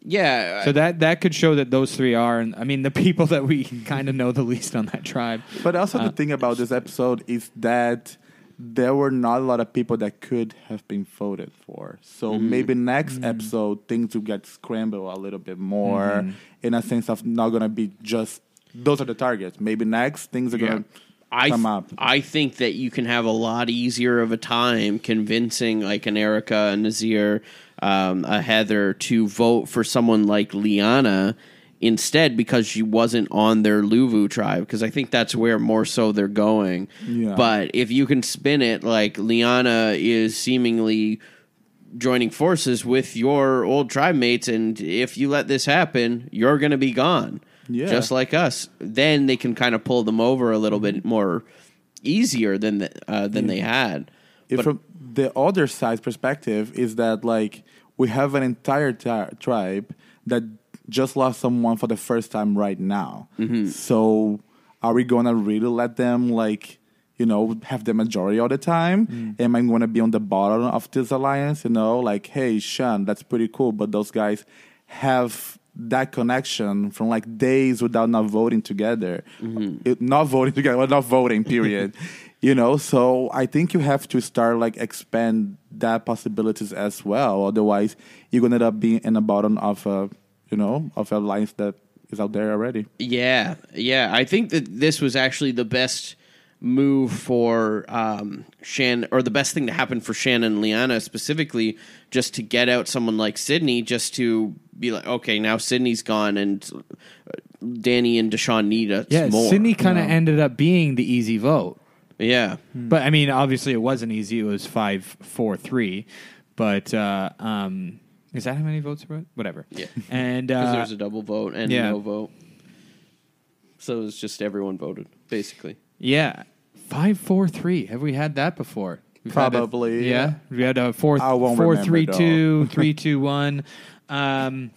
Yeah, So that that could show that those three are, and I mean the people that we kind of know the least on that tribe. But also the thing about this episode is that there were not a lot of people that could have been voted for. So maybe next episode things will get scrambled a little bit more in a sense of not gonna be just those are the targets. Maybe next things are gonna I come th- up. I think that you can have a lot easier of a time convincing like an Erica, a Nazir, um, a Heather to vote for someone like Liana instead because she wasn't on their Luvu tribe because I think that's where more so they're going. Yeah. But if you can spin it like Liana is seemingly joining forces with your old tribe mates and if you let this happen you're going to be gone Yeah. just like us then they can kind of pull them over a little bit more easier than the, uh, than they had if but from the other side's perspective is that like we have an entire ti- tribe that just lost someone for the first time right now so are we gonna really let them like you know have the majority all the time am i gonna be on the bottom of this alliance you know like hey sean that's pretty cool but those guys have that connection from like days without not voting together, Mm-hmm. It- not voting together, well, not voting. Period. you know, so I think you have to start like expand that possibilities as well. Otherwise, you're gonna end up being in the bottom of a, you know, of a alliance that is out there already. yeah yeah i think that this was actually the best move for um shan or the best thing to happen for shannon and liana specifically just to get out someone like sydney just to be like okay now sydney's gone and uh, danny and deshaun need us Yeah, more Sydney kind of ended up being the easy vote. Yeah. But I mean, obviously, it wasn't easy. It was five, four, three. But uh, um, is that how many votes were? Whatever. Yeah. And Because there uh, was a double vote and yeah. no vote. So it was just everyone voted, basically. yeah, five, four, three. Have we had that before? We've had a- Probably, yeah. yeah. We had a four, I won't four, remember, three, dog. two, three, two, one. Um,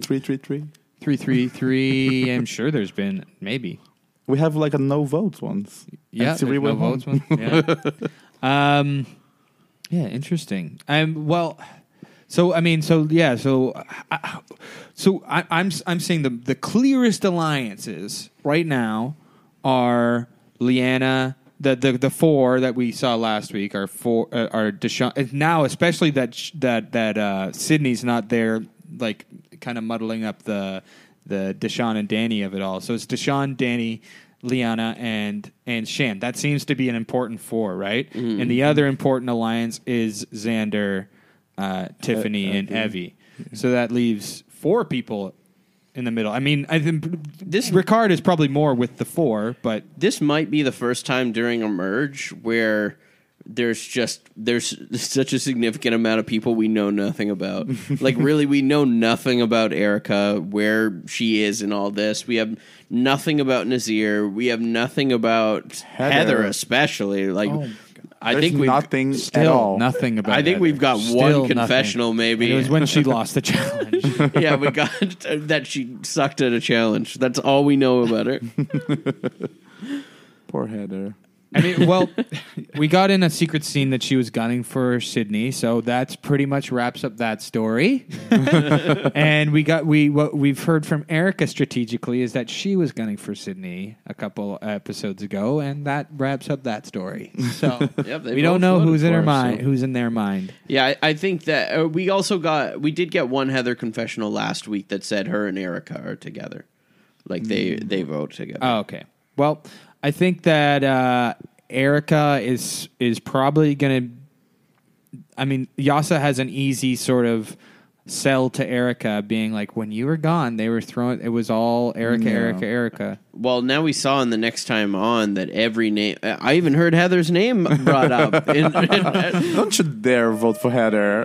Three, three, three. three, three, three. I'm sure there's been maybe. We have like a no votes once. Yeah, And Siri there's no went home. votes one. Yeah. um, yeah, interesting. Um, well, so I mean, so yeah, so uh, I, so I, I'm I'm saying the the clearest alliances right now are Leanna. The, the the four that we saw last week are four uh, are Deshaun and now especially that sh- that that uh, Sydney's not there like kind of muddling up the the Deshaun and Danny of it all so it's Deshaun Danny Liana and and Shan. That seems to be an important four, right? And the other important alliance is Xander, uh, Tiffany, and Evie. So that leaves four people in the middle. I mean, I think This- this Ricard is probably more with the four, but This might be the first time during a merge where there's just there's such a significant amount of people we know nothing about. like really we know nothing about Erica, where she is in all this. We have nothing about Nazir. We have nothing about Heather, Heather. Oh especially. Like I There's think we nothing at still all. nothing about. I think Heather. we've got one Still nothing. confessional, maybe. And it was when she lost the challenge. yeah, we got that she sucked at a challenge. That's all we know about her. Poor Heather. I mean, well, we got in a secret scene that she was gunning for Sydney, so that's pretty much wraps up that story. and we got we what we've heard from Erica strategically is that she was gunning for Sydney a couple episodes ago, and that wraps up that story. So Yep, they we don't both know voted who's in for her her, mind, so- who's in their mind. Yeah, I, I think that uh, we also got we did get one Heather confessional last week that said her and Erica are together, like they they vote together. Oh, okay. Well, I think that uh, Erica is is probably going to. I mean, Yasa has an easy sort of sell to Erica, being like, "When you were gone, they were throwing. It was all Erica, Erica, Erica." Well, now we saw in the next time on that every name. I even heard Heather's name brought up. In, Don't you dare vote for Heather.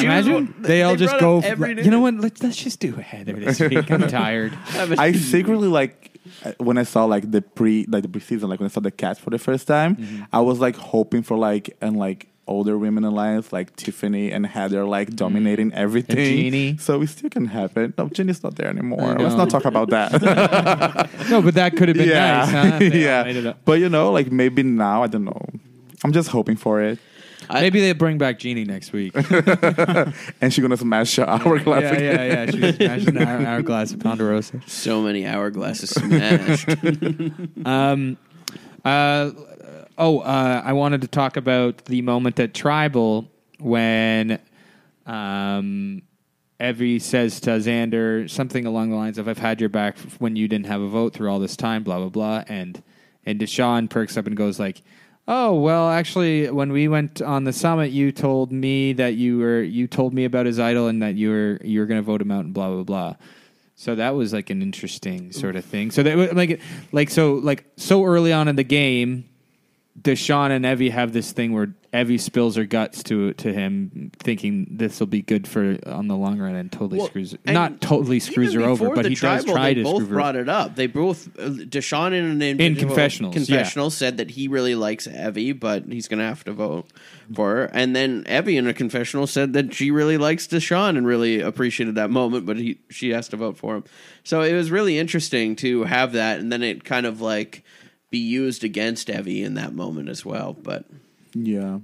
Imagine they all they just go. brought up every you know what? Let's, let's just do Heather this week. I'm tired. I secretly like uh, when I saw like the pre like the preseason, like when I saw the cats for the first time, Mm-hmm. I was like hoping for like and like older women alliance like Tiffany and Heather like dominating everything. Mm-hmm. Jeannie. So it still can happen. No, Jeannie's not there anymore. I Let's know. not talk about that. No, but that could have been nice. Huh? yeah. They all made it yeah. up. But you know, like maybe now, I don't know. I'm just hoping for it. Maybe they bring back Jeannie next week. And she's gonna smash her hourglass yeah, again. yeah, yeah. She was smashing our, our glass of Ponderosa. so many hourglasses smashed. Um, Uh, oh, uh, I wanted to talk about the moment at Tribal when um, Evie says to Xander something along the lines of, I've had your back f- when you didn't have a vote through all this time, blah, blah, blah. And, and Deshaun perks up and goes like, Oh well, actually, when we went on the summit, you told me that you were you told me about his idol and that you were you were going to vote him out and blah blah blah. So that was like an interesting sort of thing. So that like like so like so early on in the game, Deshaun and Evie have this thing where Evie spills her guts to to him, thinking this will be good for on the long run, and totally Well, screws and not totally even screws her over, before but the he tribal, does try they to both screw her. brought it up. They both uh, Deshaun in an individual confessionals, yeah. confessional said that he really likes Evie, but he's going to have to vote for her. And then Evie in a confessional said that she really likes Deshaun and really appreciated that moment, but he she has to vote for him. So it was really interesting to have that, and then it kind of like be used against Evie in that moment as well. But Yeah.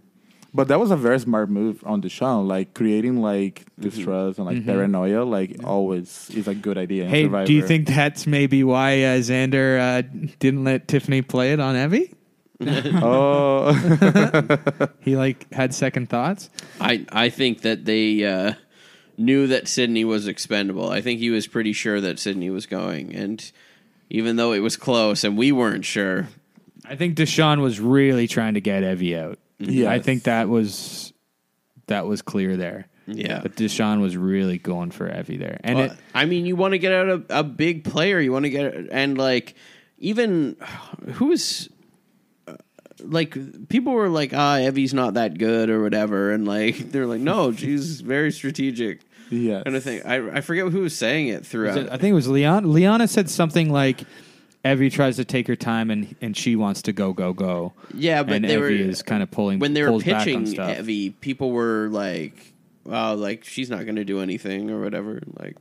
But that was a very smart move on Deshaun, like creating like distrust and like paranoia, like always is a good idea. In Mm-hmm. Hey, Survivor. do you think that's maybe why uh, Xander uh, didn't let Tiffany play it on Evie? Oh, He like had second thoughts. I I think that they uh, knew that Sydney was expendable. I think he was pretty sure that Sydney was going, and even though it was close and we weren't sure, I think Deshaun was really trying to get Evie out. Yes. I think that was that was clear there. Yeah. But Deshaun was really going for Evie there. And Well, it, I mean, you want to get out a, a big player. You want to get and like even who's like people were like, ah, Evie's not that good or whatever, and like they're like, no, she's very strategic. Yes. kind of thing. I I forget who was saying it throughout. I think it was Leon. Leona said something like, "Evie tries to take her time, and and she wants to go, go, go." Yeah, but and they Evie were- is kind of pulling when they were pulls back on pitching stuff. Evie, people were like, "Wow, like she's not going to do anything or whatever." Like,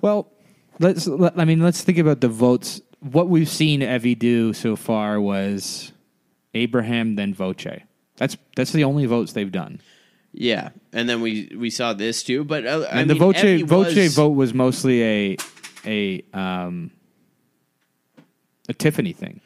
Well, let's. Let, I mean, let's think about the votes. What we've seen Evie do so far was Abraham, then Voce. That's that's the only votes they've done. yeah. And then we we saw this too, but uh, I mean, and the Voce Evie Voce was- vote was mostly a a um a Tiffany thing.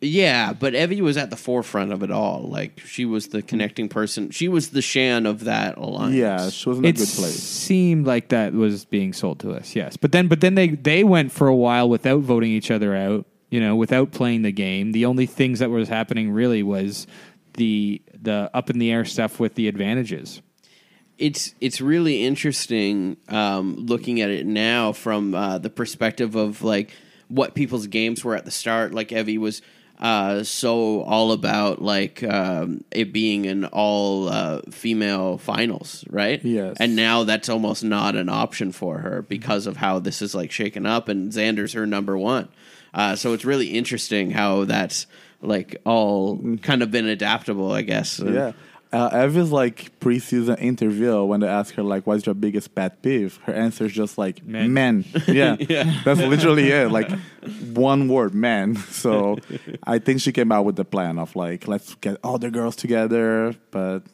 Yeah, but Evie was at the forefront of it all. Like she was the connecting person. She was the Shan of that alliance. Yeah, she was in a It good place. seemed like that was being sold to us, yes. But then, but then they they went for a while without voting each other out. You know, without playing the game. The only things that was happening really was the the up in the air stuff with the advantages. it's it's really interesting um, looking at it now from uh, the perspective of like what people's games were at the start. Like Evie was uh, so all about like um, it being an all uh, female finals, right? Yes. and now that's almost not an option for her because of how this is like shaken up, and Xander's her number one. Uh, so it's really interesting how that's like all kind of been adaptable, I guess. Yeah. Uh, Evie's like preseason interview when they ask her like, "What's your biggest pet peeve?" Her answer is just like, Men. "Men." Yeah. that's literally it. Like one word, "men." So I think she came out with the plan of like, let's get all the girls together, but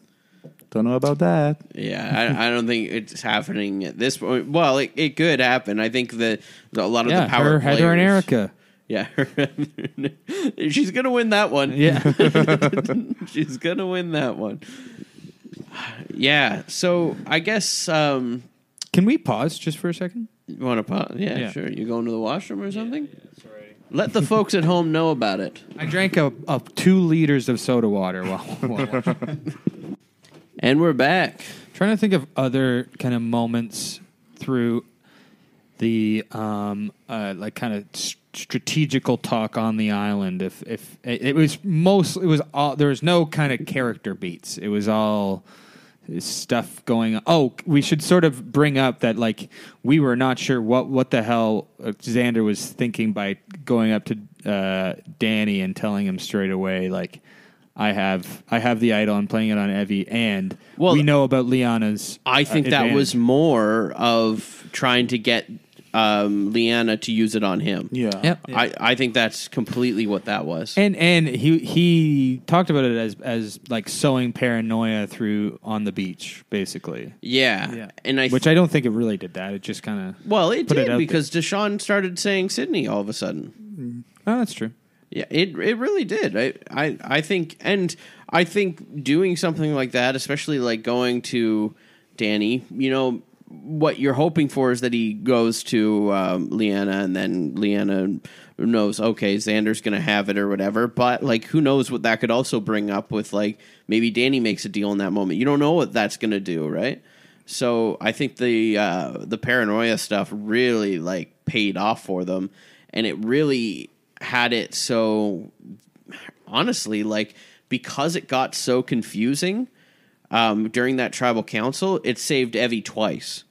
don't know about that. Yeah, I, I don't think it's happening at this point. Well, it, it could happen. I think the, the a lot of yeah, the power her, Heather and players- Erica. Yeah, she's gonna win that one. Yeah. she's gonna win that one. Yeah. So I guess um, Can we pause just for a second? you want to pause? Yeah, Yeah. sure. You going to the washroom or something? Let the folks at home know about it. I drank a, a two liters of soda water while, while watching. And we're back. Trying to think of other kind of moments through the um, uh, like kind of s- strategical talk on the island. If if it, it was most, it was all there was no kind of character beats. It was all stuff going on. Oh, we should sort of bring up that like we were not sure what what the hell uh, Xander was thinking by going up to uh, Danny and telling him straight away like. I have I have the idol. I'm playing it on Evie, and Well, we know about Liana's. I uh, think that advantage. was more of trying to get um, Leanna to use it on him. Yeah. Yep. I, I think that's completely what that was. And and he he talked about it as as like sowing paranoia through on the beach, basically. yeah. And I which I don't think it really did that. It just kind of well, it put it did out because Deshaun started saying Sydney all of a sudden. oh, that's true. Yeah, it it really did. I I I think and I think doing something like that, especially like going to Danny, you know, what you're hoping for is that he goes to um, Leanna and then Leanna knows okay Xander's gonna have it or whatever but like who knows what that could also bring up with like maybe Danny makes a deal in that moment you don't know what that's gonna do right So I think the uh, the paranoia stuff really like paid off for them, and it really had it so honestly like because it got so confusing um, during that tribal council, it saved Evie twice.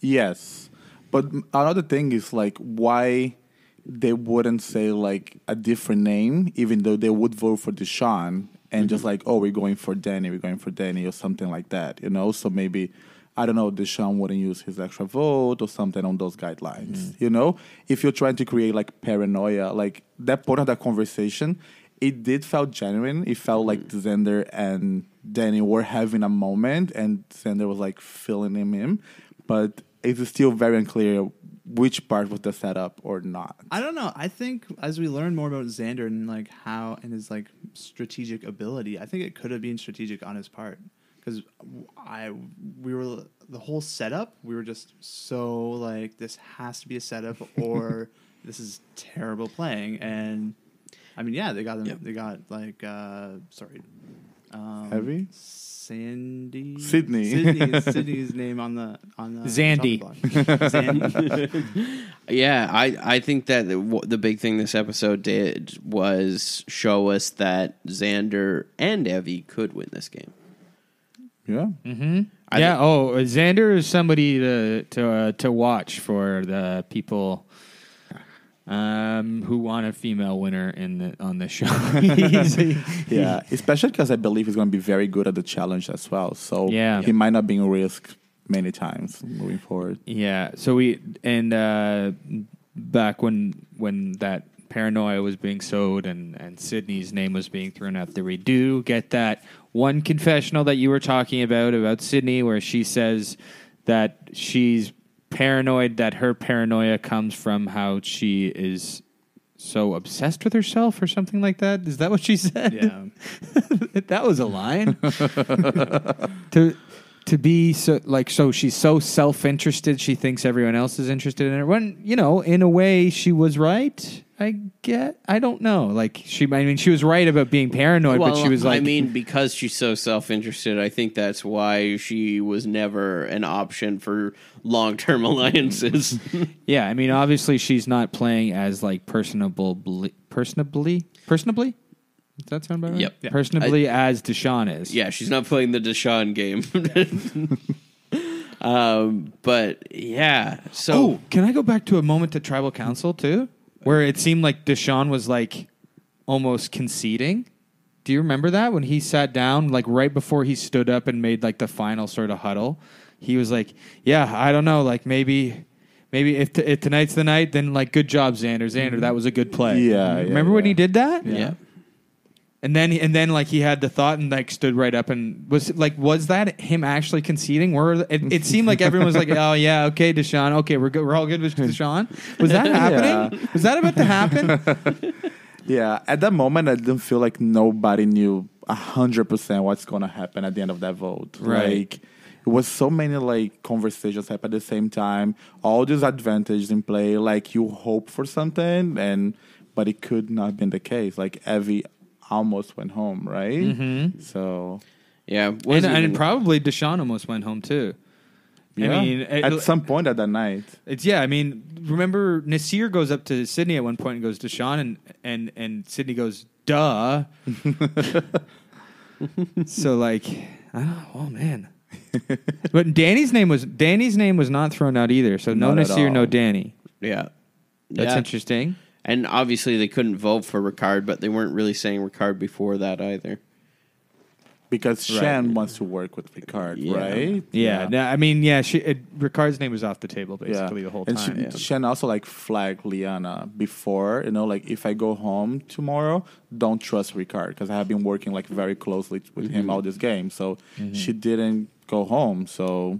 Yes. But m- another thing is like why they wouldn't say like a different name, even though they would vote for Deshaun and just like, oh, we're going for Danny, we're going for Danny or something like that, you know? So maybe I don't know, Deshaun wouldn't use his extra vote or something on those guidelines. You know? If you're trying to create like paranoia, like that part of that conversation, it did felt genuine. It felt like Xander and Danny were having a moment and Xander was like filling him in. But it's still very unclear which part was the setup or not. I don't know. I think as we learn more about Xander and like how and his like strategic ability, I think it could have been strategic on his part because I we were the whole setup. We were just so like this has to be a setup or this is terrible playing. And I mean, yeah, they got them. They got like uh sorry, um, Heavy? Sandy Sydney. Sydney- Sydney's name on the on the Zandy. chocolate block. Zandy. Yeah, I, I think that the, w- the big thing this episode did was show us that Xander and Evie could win this game. Yeah. I yeah. oh, Xander is somebody to to uh, to watch for the people um, who want a female winner in the on the show. Yeah. Especially because I believe he's going to be very good at the challenge as well. So Yeah. he might not be in risk many times moving forward. yeah. So we and uh, back when when that paranoia was being sowed and and Sydney's name was being thrown out there, we do get that one confessional that you were talking about about Sydney, where she says that she's paranoid that her paranoia comes from how she is so obsessed with herself or something like that. Is that what she said? yeah. that was a line. to to be so like so she's so self interested she thinks everyone else is interested in her. When you know, in a way, she was right. I get. I don't know. Like she, I mean, she was right about being paranoid, but she was like, I mean, because she's so self interested, I think that's why she was never an option for long term alliances. yeah. I mean, obviously, she's not playing as like personable, personably, personably. Does that sound about right? Yep. Yeah. Personably, as Deshaun is. yeah, she's not playing the Deshaun game. um, but yeah, so Oh, can I go back to a moment to tribal council too, where it seemed like Deshaun was like almost conceding? Do you remember that when he sat down, like right before he stood up and made like the final sort of huddle? He was like, "Yeah, I don't know, like maybe." Maybe if, t- if tonight's the night, then like good job, Xander. Xander, that was a good play. Mm-hmm. Yeah, yeah, Remember when yeah. he did that? yeah. And then and then like he had the thought and like stood right up and was like was that him actually conceding? Were it, it seemed like everyone was like, oh yeah, okay, Deshaun, okay, we're good, we're all good with Deshaun. Was that happening? Was that about to happen? Yeah, at that moment, I didn't feel like nobody knew hundred percent what's gonna happen at the end of that vote. Right. Like, it was so many like conversations happen at the same time. All these advantages in play. Like you hope for something, and but it could not have been the case. Like Evie almost went home, right? Mm-hmm. So yeah. and, wasn't and even- probably Deshaun almost went home too. yeah, I mean, it- at some point at that night, it's yeah. I mean, remember Nasir goes up to Sydney at one point and goes Deshaun and and and Sydney goes duh. so like, I don't, oh man. but Danny's name was Danny's name was not thrown out either. So no Not at Nasir, no all. Danny. yeah. That's Yeah. interesting. And obviously, they couldn't vote for Ricard, but they weren't really saying Ricard before that either. because Shan wants to work with Picard, Yeah. right? Yeah, no, I mean, yeah, she it, Ricard's name was off the table basically the whole and time. She, Shen also like flagged Liana before, you know, like if I go home tomorrow, don't trust Ricard because I have been working like very closely with Mm-hmm. him all this game. So she didn't go home. So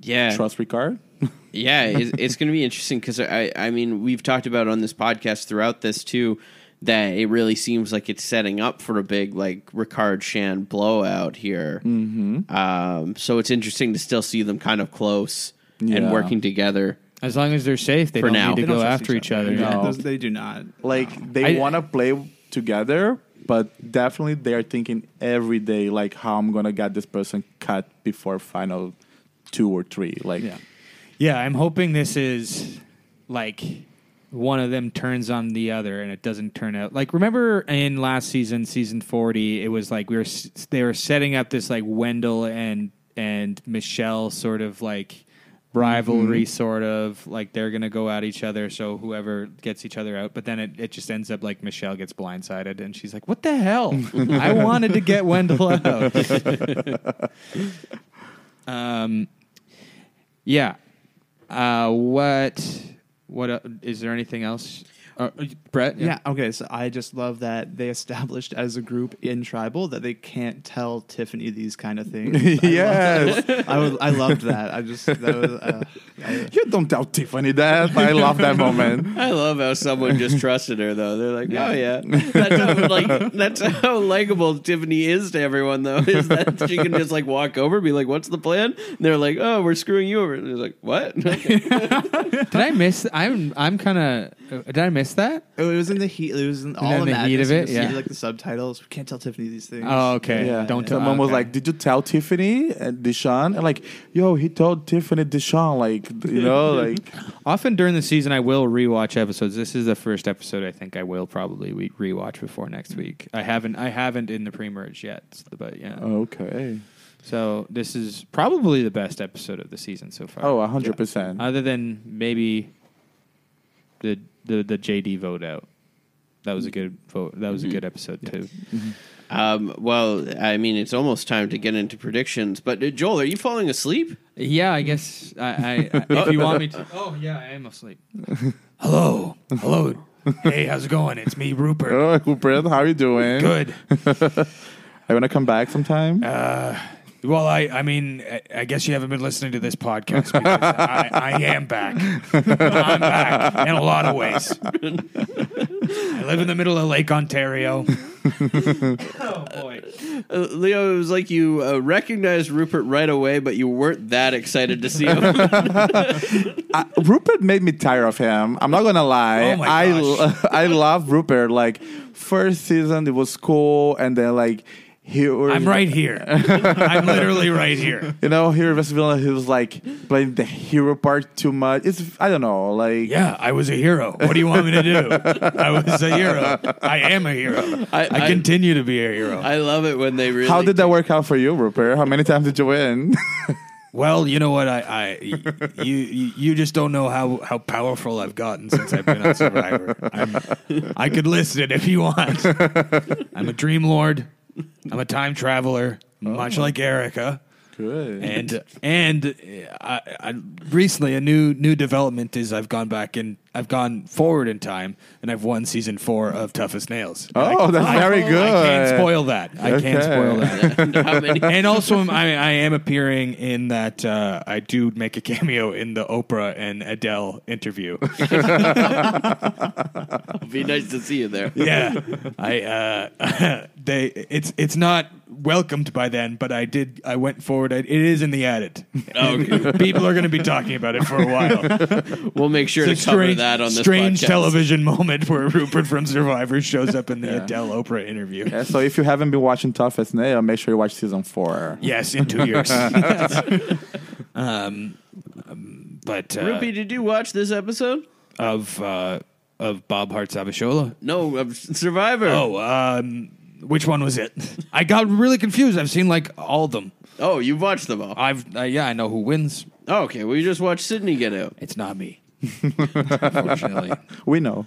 Yeah. trust Ricard. Yeah, it's, it's going to be interesting because I, I mean, we've talked about on this podcast throughout this too that it really seems like it's setting up for a big like Ricard Shan blowout here. Mm-hmm. Um, so it's interesting to still see them kind of close and Yeah. working together. as long as they're safe, they For don't now. need They to don't go trust after each other. Yeah, No. those- they do not. Like they I- want to play together, but definitely they are thinking every day like how I'm gonna get this person cut before final two or three. Like Yeah. Yeah, I'm hoping this is like one of them turns on the other and it doesn't turn out like remember in last season season 40 it was like we were s- they were setting up this like Wendell and and Michelle sort of like rivalry sort of like they're going to go at each other so whoever gets each other out but then it, it just ends up like Michelle gets blindsided and she's like what the hell I wanted to get Wendell out um yeah. Uh, what? What uh, is there anything else? Uh, uh, Brett? Yeah. Okay. So I just love that they established as a group in tribal that they can't tell Tiffany these kind of things. yes. I would, I loved that. I just that was, uh, I- You don't tell Tiffany that. I love that moment. I love how someone just trusted her though. They're like, oh yeah, that's how like that's how likable Tiffany is to everyone though. Is that she can just like walk over, and be like, "What's the plan?" And they're like, "Oh, we're screwing you over." And he's like, "What?" uh, Did I miss? I'm I'm kind of. Did I miss missed that? oh, It was in the heat. It was in all in of the Madness, heat of you it, could yeah. See, like the subtitles. We can't tell Tiffany these things. Oh, okay. Yeah. Don't tell. Someone was okay. like, "Did you tell Tiffany and Deshaun?" And like, yo, he told Tiffany Deshaun, like, you know, like, Often during the season, I will rewatch episodes. This is the first episode I think I will probably we- rewatch before next week. I haven't, I haven't in the pre-merge yet, but yeah. okay, So this is probably the best episode of the season so far. oh, hundred percent. Other than maybe the the the JD vote out. That was a good vote. That was a good episode too. Um, well, I mean, it's almost time to get into predictions. But uh, Joel, are you falling asleep? Yeah, I guess I, I, I if you want me to. Oh yeah, I am asleep. Hello, hello. Hey, how's it going? It's me, Rupert. Oh, Brent, how are you doing? Good. Uh, I want to come back sometime. Well, I, I mean, I, I guess you haven't been listening to this podcast because I, I am back. I'm back in a lot of ways. I live in the middle of Lake Ontario. oh boy! Uh, Leo, it was like you uh, recognized Rupert right away, but you weren't that excited to see him. Rupert made me tired of him. I'm not gonna lie. Oh my I gosh. I love Rupert. Like first season, it was cool, and then like he. was- I'm right here. I'm literally right here. You know, here in West Villa, he was like playing the hero part too much. It's I don't know, like Yeah, I was a hero. What do you want me to do? I was a hero. I am a hero. I, I- I- continue to be a hero. I love it when they really. How did that work out for you, Rupert? How many times did you win? Well, you know what? I, I you, you you just don't know how, how powerful I've gotten since I've been on Survivor. I'm, I could list it if you want. I'm a dream lord. I'm a time traveler, much Oh. like Erica. Good. And and uh, I, I, recently, a new new development is I've gone back and I've gone forward in time, and I've won season four of Toughest Nails. Oh, that's very good. I can't spoil that. I can't Okay. spoil that How many- and also I'm- I, I am appearing in that uh, I do make a cameo in the Oprah and Adele interview. It'd be nice to see you there. Yeah, I uh, they it's it's not welcomed by then, but I did I went forward. I, it is in the edit. Oh, People are going to be talking about it for a while. We'll make sure to It's a strange, cover that on this strange podcast. television moment where Rupert from Survivor shows up in the Adele Oprah interview. Yeah, so if you haven't been watching Tough as Nail, make sure you watch season four. Yes, in two years. um, um, but uh, Ruby, did you watch this episode? of uh, of Bob Hart's Abishola. No, of Survivor. Oh, um, which one was it? I got really confused. I've seen like all of them. oh, you've watched them all. I've uh, yeah, I know who wins. Oh, okay, well, you just watched Sydney get out. It's not me. Unfortunately, We know.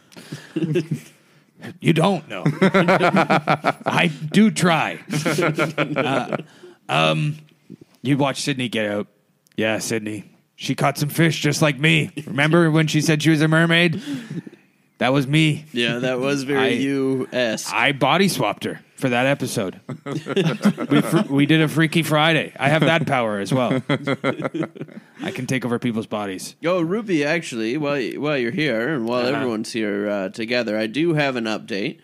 you don't know. I do try. Uh, um, you watch Sydney get out. Yeah, Sydney. She caught some fish just like me. Remember when she said she was a mermaid? That was me. Yeah, that was I- very you esque. I body swapped her for that episode. we, fr- we did a Freaky Friday. I have that power as well. I can take over people's bodies. Oh, Ruby, actually, while, while you're here and while everyone's here uh, together, I do have an update.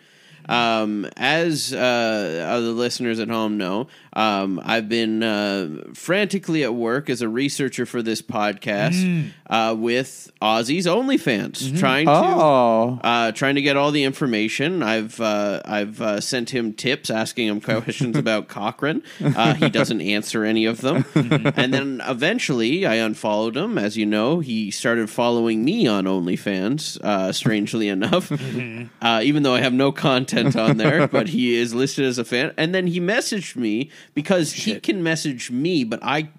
Um, as uh, other listeners at home know, um, I've been uh, frantically at work as a researcher for this podcast uh, with Aussie's OnlyFans, trying to Oh, uh, trying to get all the information. I've uh, I've uh, sent him tips, asking him questions about Cochrane. Uh, he doesn't answer any of them. and then eventually, I unfollowed him. As you know, he started following me on OnlyFans. Uh, strangely enough, uh, even though I have no content on there, but he is listed as a fan. And then he messaged me because he can message me, but I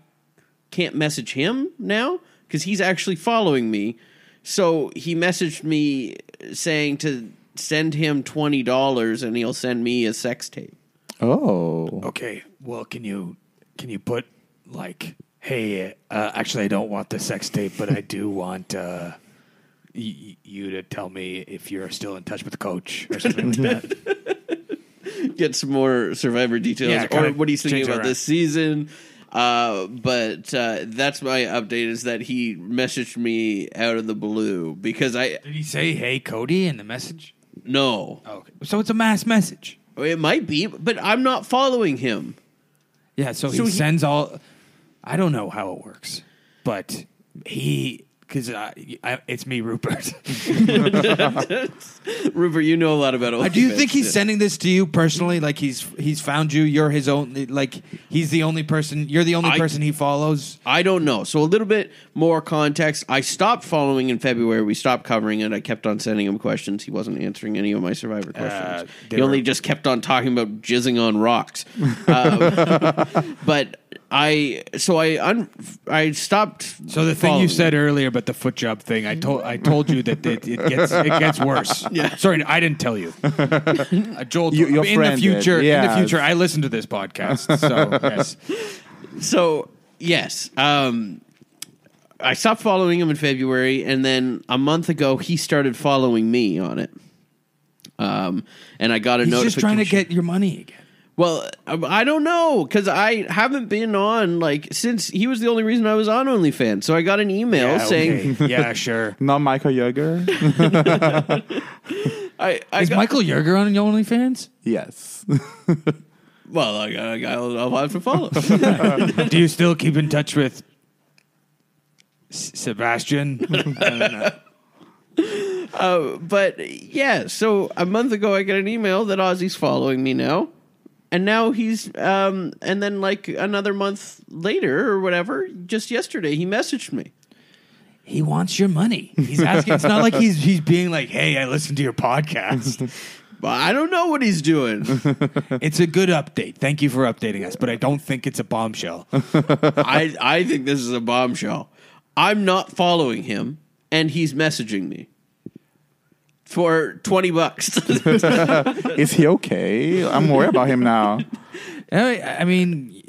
can't message him now because he's actually following me. So he messaged me saying to send him twenty dollars and he'll send me a sex tape. oh, Okay. Well, can you can you put like, hey, uh, actually, I don't want the sex tape, but I do want uh, y- you to tell me if you're still in touch with the coach or something like that. Get some more Survivor details Yeah, or kinda what he's thinking change it about this season. Uh, but uh, that's my update is that he messaged me out of the blue because I Did he say, hey, Cody, in the message? Oh, no Okay. So it's a mass message. it might be but I'm not following him. Yeah, so, So he, he- sends all. I don't know how it works, but he because it's me, Rupert. Rupert, you know a lot about. Uh, Do you Olympus. think he's sending this to you personally? Like he's he's found you. You're his own. Like he's the only person. You're the only I- person he follows. I don't know. So a little bit more context. I stopped following in February. We stopped covering it. I kept on sending him questions. He wasn't answering any of my Survivor questions. Uh, they he only were- just kept on talking about jizzing on rocks. Um, but I so I un, I stopped. So the thing following. you said earlier about the foot job thing, I told I told you that it, it gets it gets worse. Sorry, I didn't tell you. Uh, Joel, You- told- your in the friend did, future, in the yes. future, I listen to this podcast. So yes, So yes, um, I stopped following him in February, and then a month ago he started following me on it. Um, and I got a He's just notification. trying to get your money again. Well, I I don't know because I haven't been on like since he was the only reason I was on OnlyFans. So I got an email Yeah, saying okay. yeah, sure. Not Michael Yeager. I, I Is got, Michael Yerger on your OnlyFans? yes. well I got I got I'll have to follow. Do you still keep in touch with S- Sebastian? I don't know. but yeah, so a month ago I got an email that Ozzy's following me now. And now he's um and then like another month later or whatever, just yesterday he messaged me. He wants your money. He's asking. it's not like he's he's being like, "Hey, I listened to your podcast. But I don't know what he's doing. it's a good update. Thank you for updating us, but I don't think it's a bombshell." I I think this is a bombshell. I'm not following him, and he's messaging me for twenty bucks. Is he okay? I'm worried about him now. I I mean,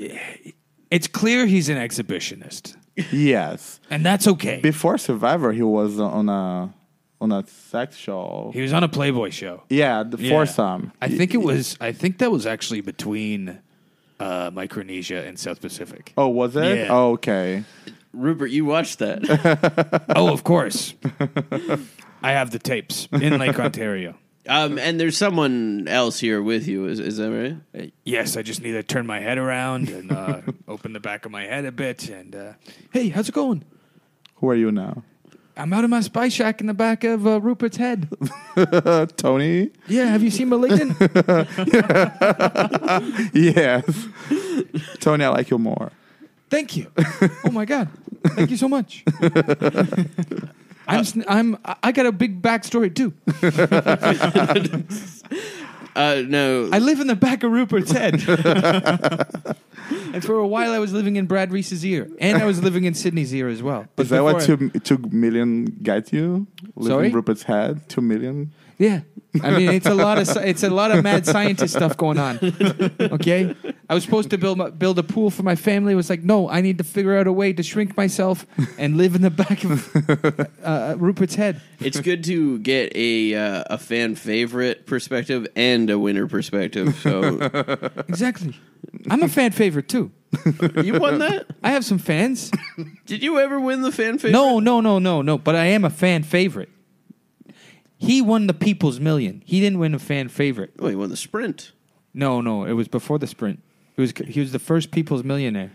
it's clear he's an exhibitionist, Yes. and that's okay. Before Survivor, he was on a on a sex show. He was on a Playboy show. Yeah, the foursome. I think it was. I think that was actually between uh, Micronesia and South Pacific. Oh, was it? Yeah. Oh, okay. Rupert, you watched that? Oh, of course. I have the tapes in Lake Ontario. Um, and there's someone else here with you. Is is that right? Yes, I just need to turn my head around and uh, open the back of my head a bit. And uh, hey, how's it going? Who are you now? I'm out of my spy shack in the back of uh, Rupert's head. Uh, Tony? Yeah, have you seen Malignant? Yes. Tony, I like you more. Thank you. Oh my god. Thank you so much. I'm sn- I'm I- I got a big backstory too. Uh, no. I live in the back of Rupert's head. and for a while, I was living in Brad Reese's ear, and I was living in Sydney's ear as well. But Is that what before I- two, two million got you? Living Sorry? Rupert's head? Two million? Yeah, I mean it's a lot of sci- it's a lot of mad scientist stuff going on. Okay, I was supposed to build my, build a pool for my family. It was like, no, I need to figure out a way to shrink myself and live in the back of uh, Rupert's head. it's good to get a uh, a fan favorite perspective and a winner perspective. So Exactly. I'm a fan favorite too. you won that? I have some fans. Did you ever win the fan favorite? No, no, no, no, no. But I am a fan favorite. He won the People's Million. He didn't win a fan favorite. Oh, you won the sprint. No, no. It was before the sprint. It was he was the first People's Millionaire.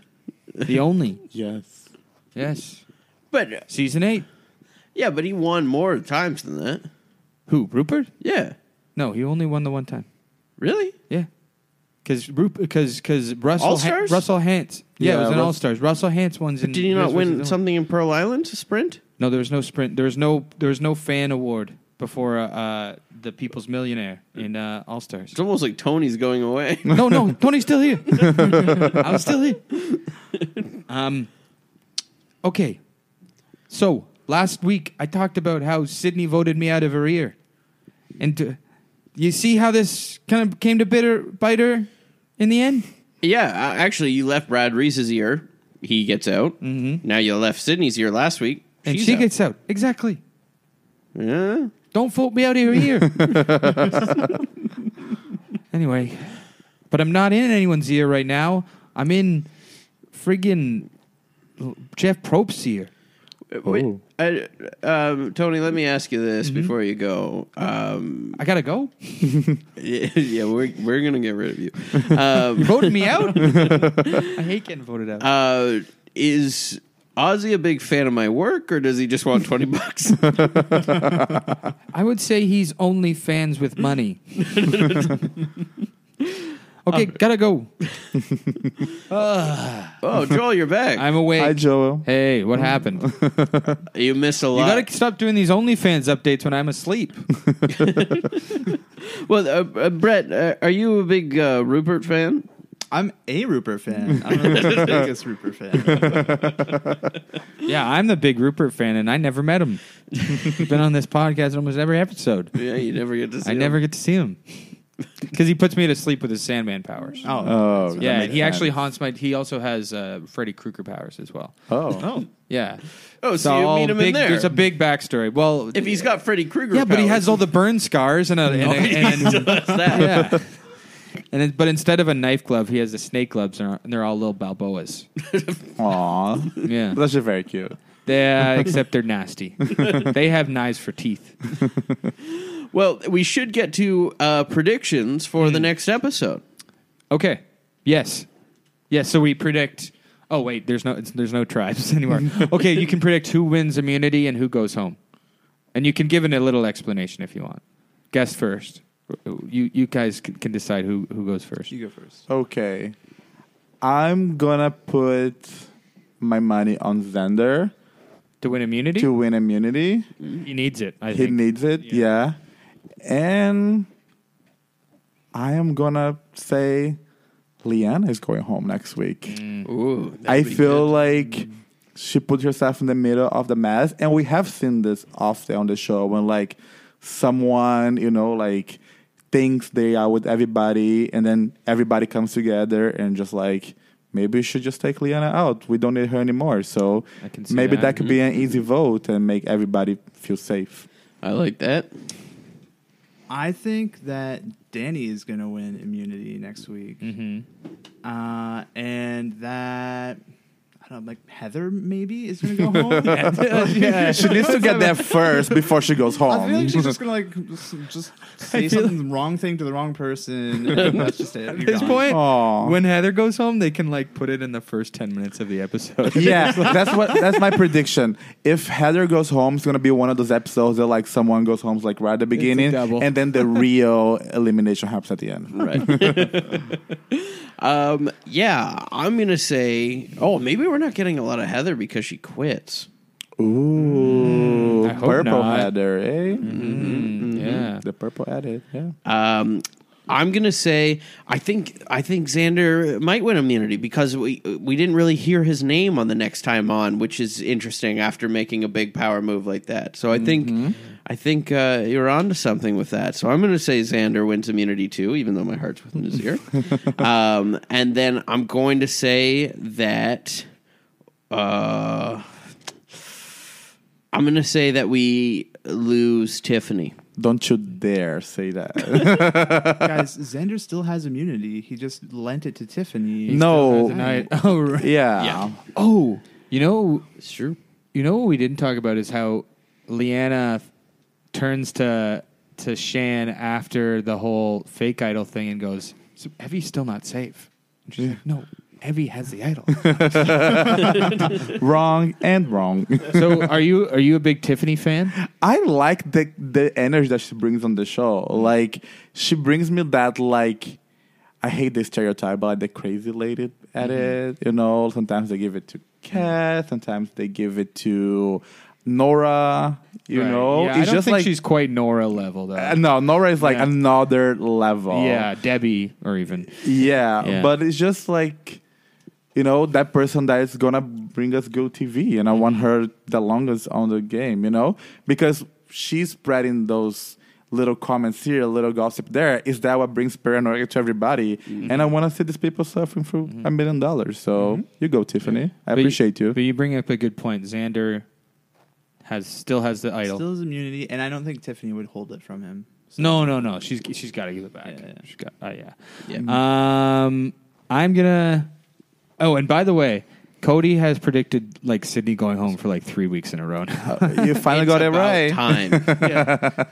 The only. Yes. yes. But uh, Season eight. yeah, but he won more times than that. Who? Rupert? Yeah. No, he only won the one time. Really? Yeah. Because because because Russell Han- All-Stars? Russell Hance. Yeah, it Yeah, was an Rus- All Stars. Russell Hance won. Did he not win something in Pearl Island to sprint? No, there was no sprint. There was no there was no fan award before uh, uh, the People's Millionaire in uh, All Stars. It's almost like Tony's going away. No, Oh, no, Tony's still here. I'm still here. Um, okay. So last week I talked about how Sydney voted me out of her ear, and uh, you see how this kind of came to bitter biter in the end. yeah, uh, actually, you left Brad Reese's ear. He gets out. Mm-hmm. Now you left Sydney's ear last week. And She's she out. gets out exactly. Yeah. Don't vote me out of your ear. anyway, but I'm not in anyone's ear right now. I'm in friggin' Jeff Probst's ear. Uh, Wait, I, um, Tony, let me ask you this before you go. Um, I gotta go. yeah, yeah, we're we're gonna get rid of you. Um, voted me out. I hate getting voted out. uh, is Ozzy a big fan of my work, or does he just want twenty bucks? I would say he's only fans with money. okay, gotta go. oh, Joel, you're back. I'm awake. Hi, Joel. Hey, what happened? you you miss a lot. gotta stop doing these OnlyFans updates when I'm asleep. well, uh, uh, Brett, uh, are you a big uh, Rupert fan? I'm a Rupert fan. I'm not the biggest Rupert fan. yeah, I'm the big Rupert fan, and I never met him. Been on this podcast almost every episode. Yeah, you never get to. See I never get to see him because he puts me to sleep with his Sandman powers. Oh, Oh, that yeah, makes he actually sense. haunts my. He also has uh, Freddy Krueger powers as well. Oh, oh. Yeah. Oh, so It's you meet all him in big- there. There's a big backstory. Well, If he's got Freddy Krueger, yeah, but he powers. has all the burn scars and a, and, a, and that. yeah. And it, but instead of a knife glove, he has the snake gloves, and are- and they're all little Balboas. aw, Yeah, that's just very cute. yeah, except they're nasty. they have knives for teeth. Well, we should get to uh, predictions for the next episode. Okay. Yes. Yes. So we predict. Oh wait, there's no it's, there's no tribes anymore. okay, you can predict who wins immunity and who goes home, and you can give it a little explanation if you want. Guess first. You you guys can can decide who who goes first. You go first. Okay, I'm gonna put my money on Xander To win immunity, to win immunity. he needs it. I He think. needs it, yeah. And I am gonna say Leanna is going home next week. Mm. Ooh, I feel like she put herself in the middle of the mess, and we have seen this often on the show when like someone you know like thinks they are with everybody, and then everybody comes together and just like maybe we should just take Liana out. We don't need her anymore. So I can see that. maybe Mm-hmm. that could be an easy vote and make everybody feel safe. I like that. I think that Danny is going to win immunity next week. Mm-hmm. Uh, and that, I don't know, like Heather maybe is going to go home. yeah. She needs to get there first before she goes home. I feel like she's just gonna like just, just say something wrong thing to the wrong person. And that's just it. At At this point, Aw. when Heather goes home, they can like put it in the first ten minutes of the episode. yeah, that's what that's my prediction. If Heather goes home, it's gonna be one of those episodes that like someone goes home like right at the beginning, double. and then the real elimination happens at the end. Right. um, yeah, I'm going to say, oh, maybe we're not getting a lot of Heather because she quits. Ooh, Mm, I hope purple not. Mm-hmm. Heather, eh? yeah. The purple edit, yeah. Um, I'm gonna say I think I think Xander might win immunity because we we didn't really hear his name on the next time on, which is interesting after making a big power move like that. So I think I think uh, you're onto something with that. So I'm gonna say Xander wins immunity too, even though my heart's within his ear. um, and then I'm going to say that. Uh, I'm gonna say that we lose Tiffany. Don't you dare say that. guys, Xander still has immunity. He just lent it to Tiffany. no, Oh right. yeah. Oh, you know It's true. You know what we didn't talk about is how Leanna f- turns to to Shan after the whole fake idol thing and goes, "So Evie's still not safe." And she's like, "No, Evie has the idol." wrong and wrong. so are you are you a big Tiffany fan? I like the the energy that she brings on the show. Mm-hmm. Like she brings me that like I hate this stereotype, but like the crazy lady Mm-hmm. at it. You know, sometimes they give it to Kat, sometimes they give it to Nora. You know, yeah, I don't think she's quite Nora level though. uh, no, Nora is like Yeah. another level. Yeah, Debbie or even Yeah, Yeah. but it's just like you know that person that is gonna bring us good TV, and I Mm-hmm. want her the longest on the game, you know, because she's spreading those little comments here, little gossip there. Is that what brings paranoia to everybody? Mm-hmm. And I want to see these people suffering for a million dollars. So you go, Tiffany. I appreciate you. But you bring up a good point. Xander has still has the idol. still has immunity, and I don't think Tiffany would hold it from him. No, no, no. She's she's got to give it back. Yeah, yeah. She's got. Uh, yeah. Um, I'm gonna. Oh, and by the way, Cody has predicted like Sydney going home for like three weeks in a row. now. Oh, you finally got it right. Time.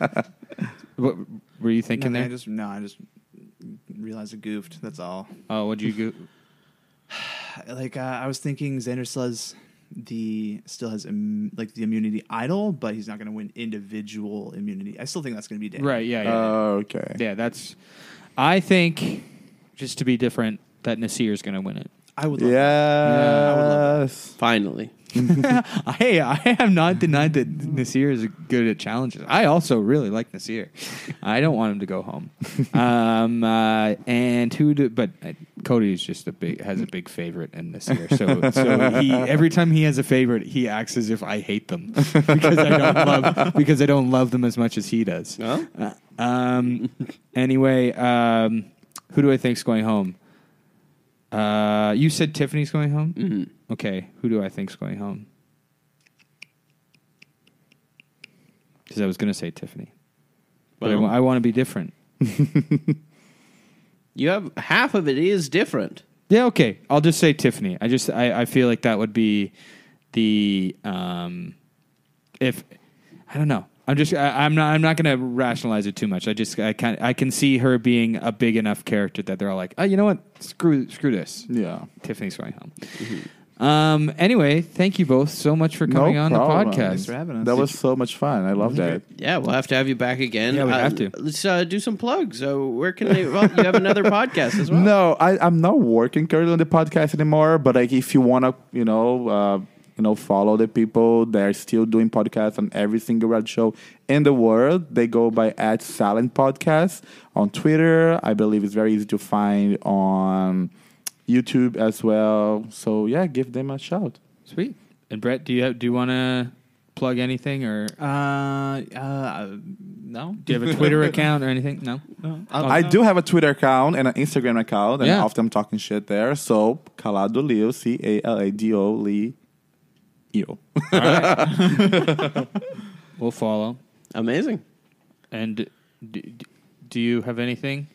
what were you thinking Nothing, there? I just no, I just realized I goofed. That's all. oh, what'd you go? Like uh, I was thinking, Xander still has the still has Im- like the immunity idol, but he's not going to win individual immunity. I still think that's going to be Day. Right. Yeah. Uh, Yeah. Oh, okay. yeah. That's. I think, just to be different, that Nasir's going to win it. I would. Love that. Yes. Finally. Hey, I have not denied that Nasir is good at challenges. I also really like Nasir. I don't want him to go home. um, uh, and who? Do, but uh, Cody is just a big has a big favorite in Nasir. So, so he every time he has a favorite, he acts as if I hate them because I don't love because I don't love them as much as he does. No? Uh, um. Anyway, um, who do I think's going home? Uh, you said Tiffany's going home. Mm-hmm. Okay, who do I think's going home? Because I was going to say Tiffany, but I Well. want to be different. You have half of it is different. Yeah, okay. I'll just say Tiffany. I just I, I feel like that would be the um if I don't know. I'm just I, I'm not I'm not gonna rationalize it too much. I just I can I can see her being a big enough character that they're all like, oh, you know what? Screw screw this. Yeah. Tiffany's going home. Um. Anyway, thank you both so much for No coming on problem. the podcast. Mm-hmm. for having us. That Did was so much fun. I love that. Yeah, we'll have to have you back again. Yeah, we Uh, have to. Let's uh, do some plugs. So where can they? Well, you have another podcast as well. No, I, I'm not working currently on the podcast anymore. But like, if you wanna, you know, uh, you know, follow the people that are still doing podcasts on every single red show in the world, they go by at Silent Podcast on Twitter. I believe it's very easy to find on YouTube as well. So yeah, give them a shout. Sweet. And Brett, do you have, do you want to plug anything or Uh, uh, no. do you have a Twitter account or anything? Oh, No. I do have a Twitter account and an Instagram account, and Yeah. often I'm talking shit there. So Calado Leo, C A L A D O L E O. We'll follow. Amazing. And do, do you have anything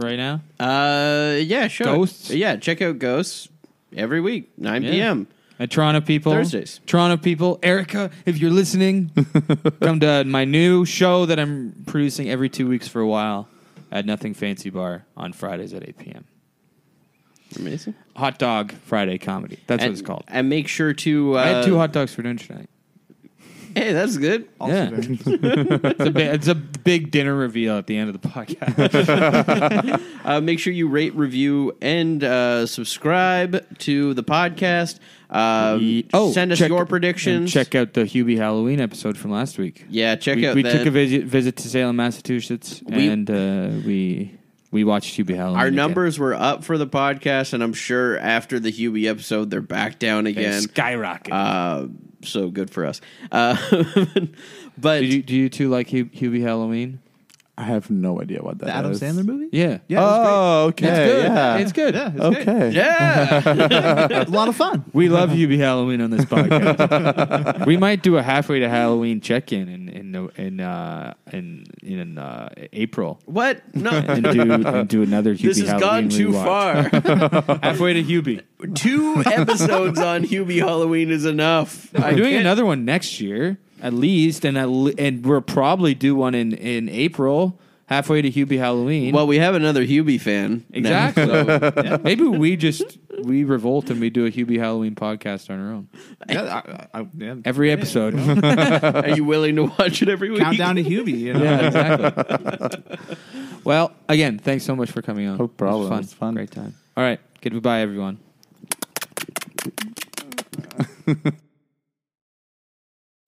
right now? Uh, yeah, sure. Ghosts? Yeah, check out Ghosts every week, 9 Yeah. p.m. At Toronto people, Thursdays. Toronto people, Erica, if you're listening, come to my new show that I'm producing every two weeks for a while at Nothing Fancy Bar on Fridays at 8 p.m. Amazing. Hot Dog Friday Comedy. That's and, what it's called. And make sure to. Uh, I had two hot dogs for dinner tonight. Hey, that's good. Also Yeah. very- It's a, bi- it's a big dinner reveal at the end of the podcast. Uh, make sure you rate, review, and uh, subscribe to the podcast. Um, send us oh, check- your predictions. and Check out the Hubie Halloween episode from last week. Yeah, check we, out We that. took a visit, visit to Salem, Massachusetts, We- and uh, we we watched Hubie Halloween. Our again. numbers were up for the podcast, and I'm sure after the Hubie episode, they're back down They again. skyrocketed. Uh, so good for us. Uh, but Did you, do you two like Hu- Hubie Halloween? I have no idea what that the Adam is. Sandler movie. Yeah. Yeah. oh, okay. It's good. Yeah. It's good. Yeah, it's great. okay. yeah, a lot of fun. We love Hubie Halloween on this podcast. we might do a halfway to Halloween check-in in in the- in uh, in in uh, April what? No, and do and do another Hubie this has Halloween gone too rewatch. far. Halfway to Hubie. Two episodes on Hubie Halloween is enough. We're doing another one next year, at least, and at le- and we'll probably do one in in April, halfway to Hubie Halloween. Well, we have another Hubie fan. now, Exactly. so- maybe we just we revolt and we do a Hubie Halloween podcast on our own Yeah, I, I, I, yeah. every episode. Are you willing to watch it every week? Countdown to Hubie. You know? yeah, exactly. well, again, thanks so much for coming on. No problem. It was fun. It's fun. Great time. All right. Goodbye, everyone.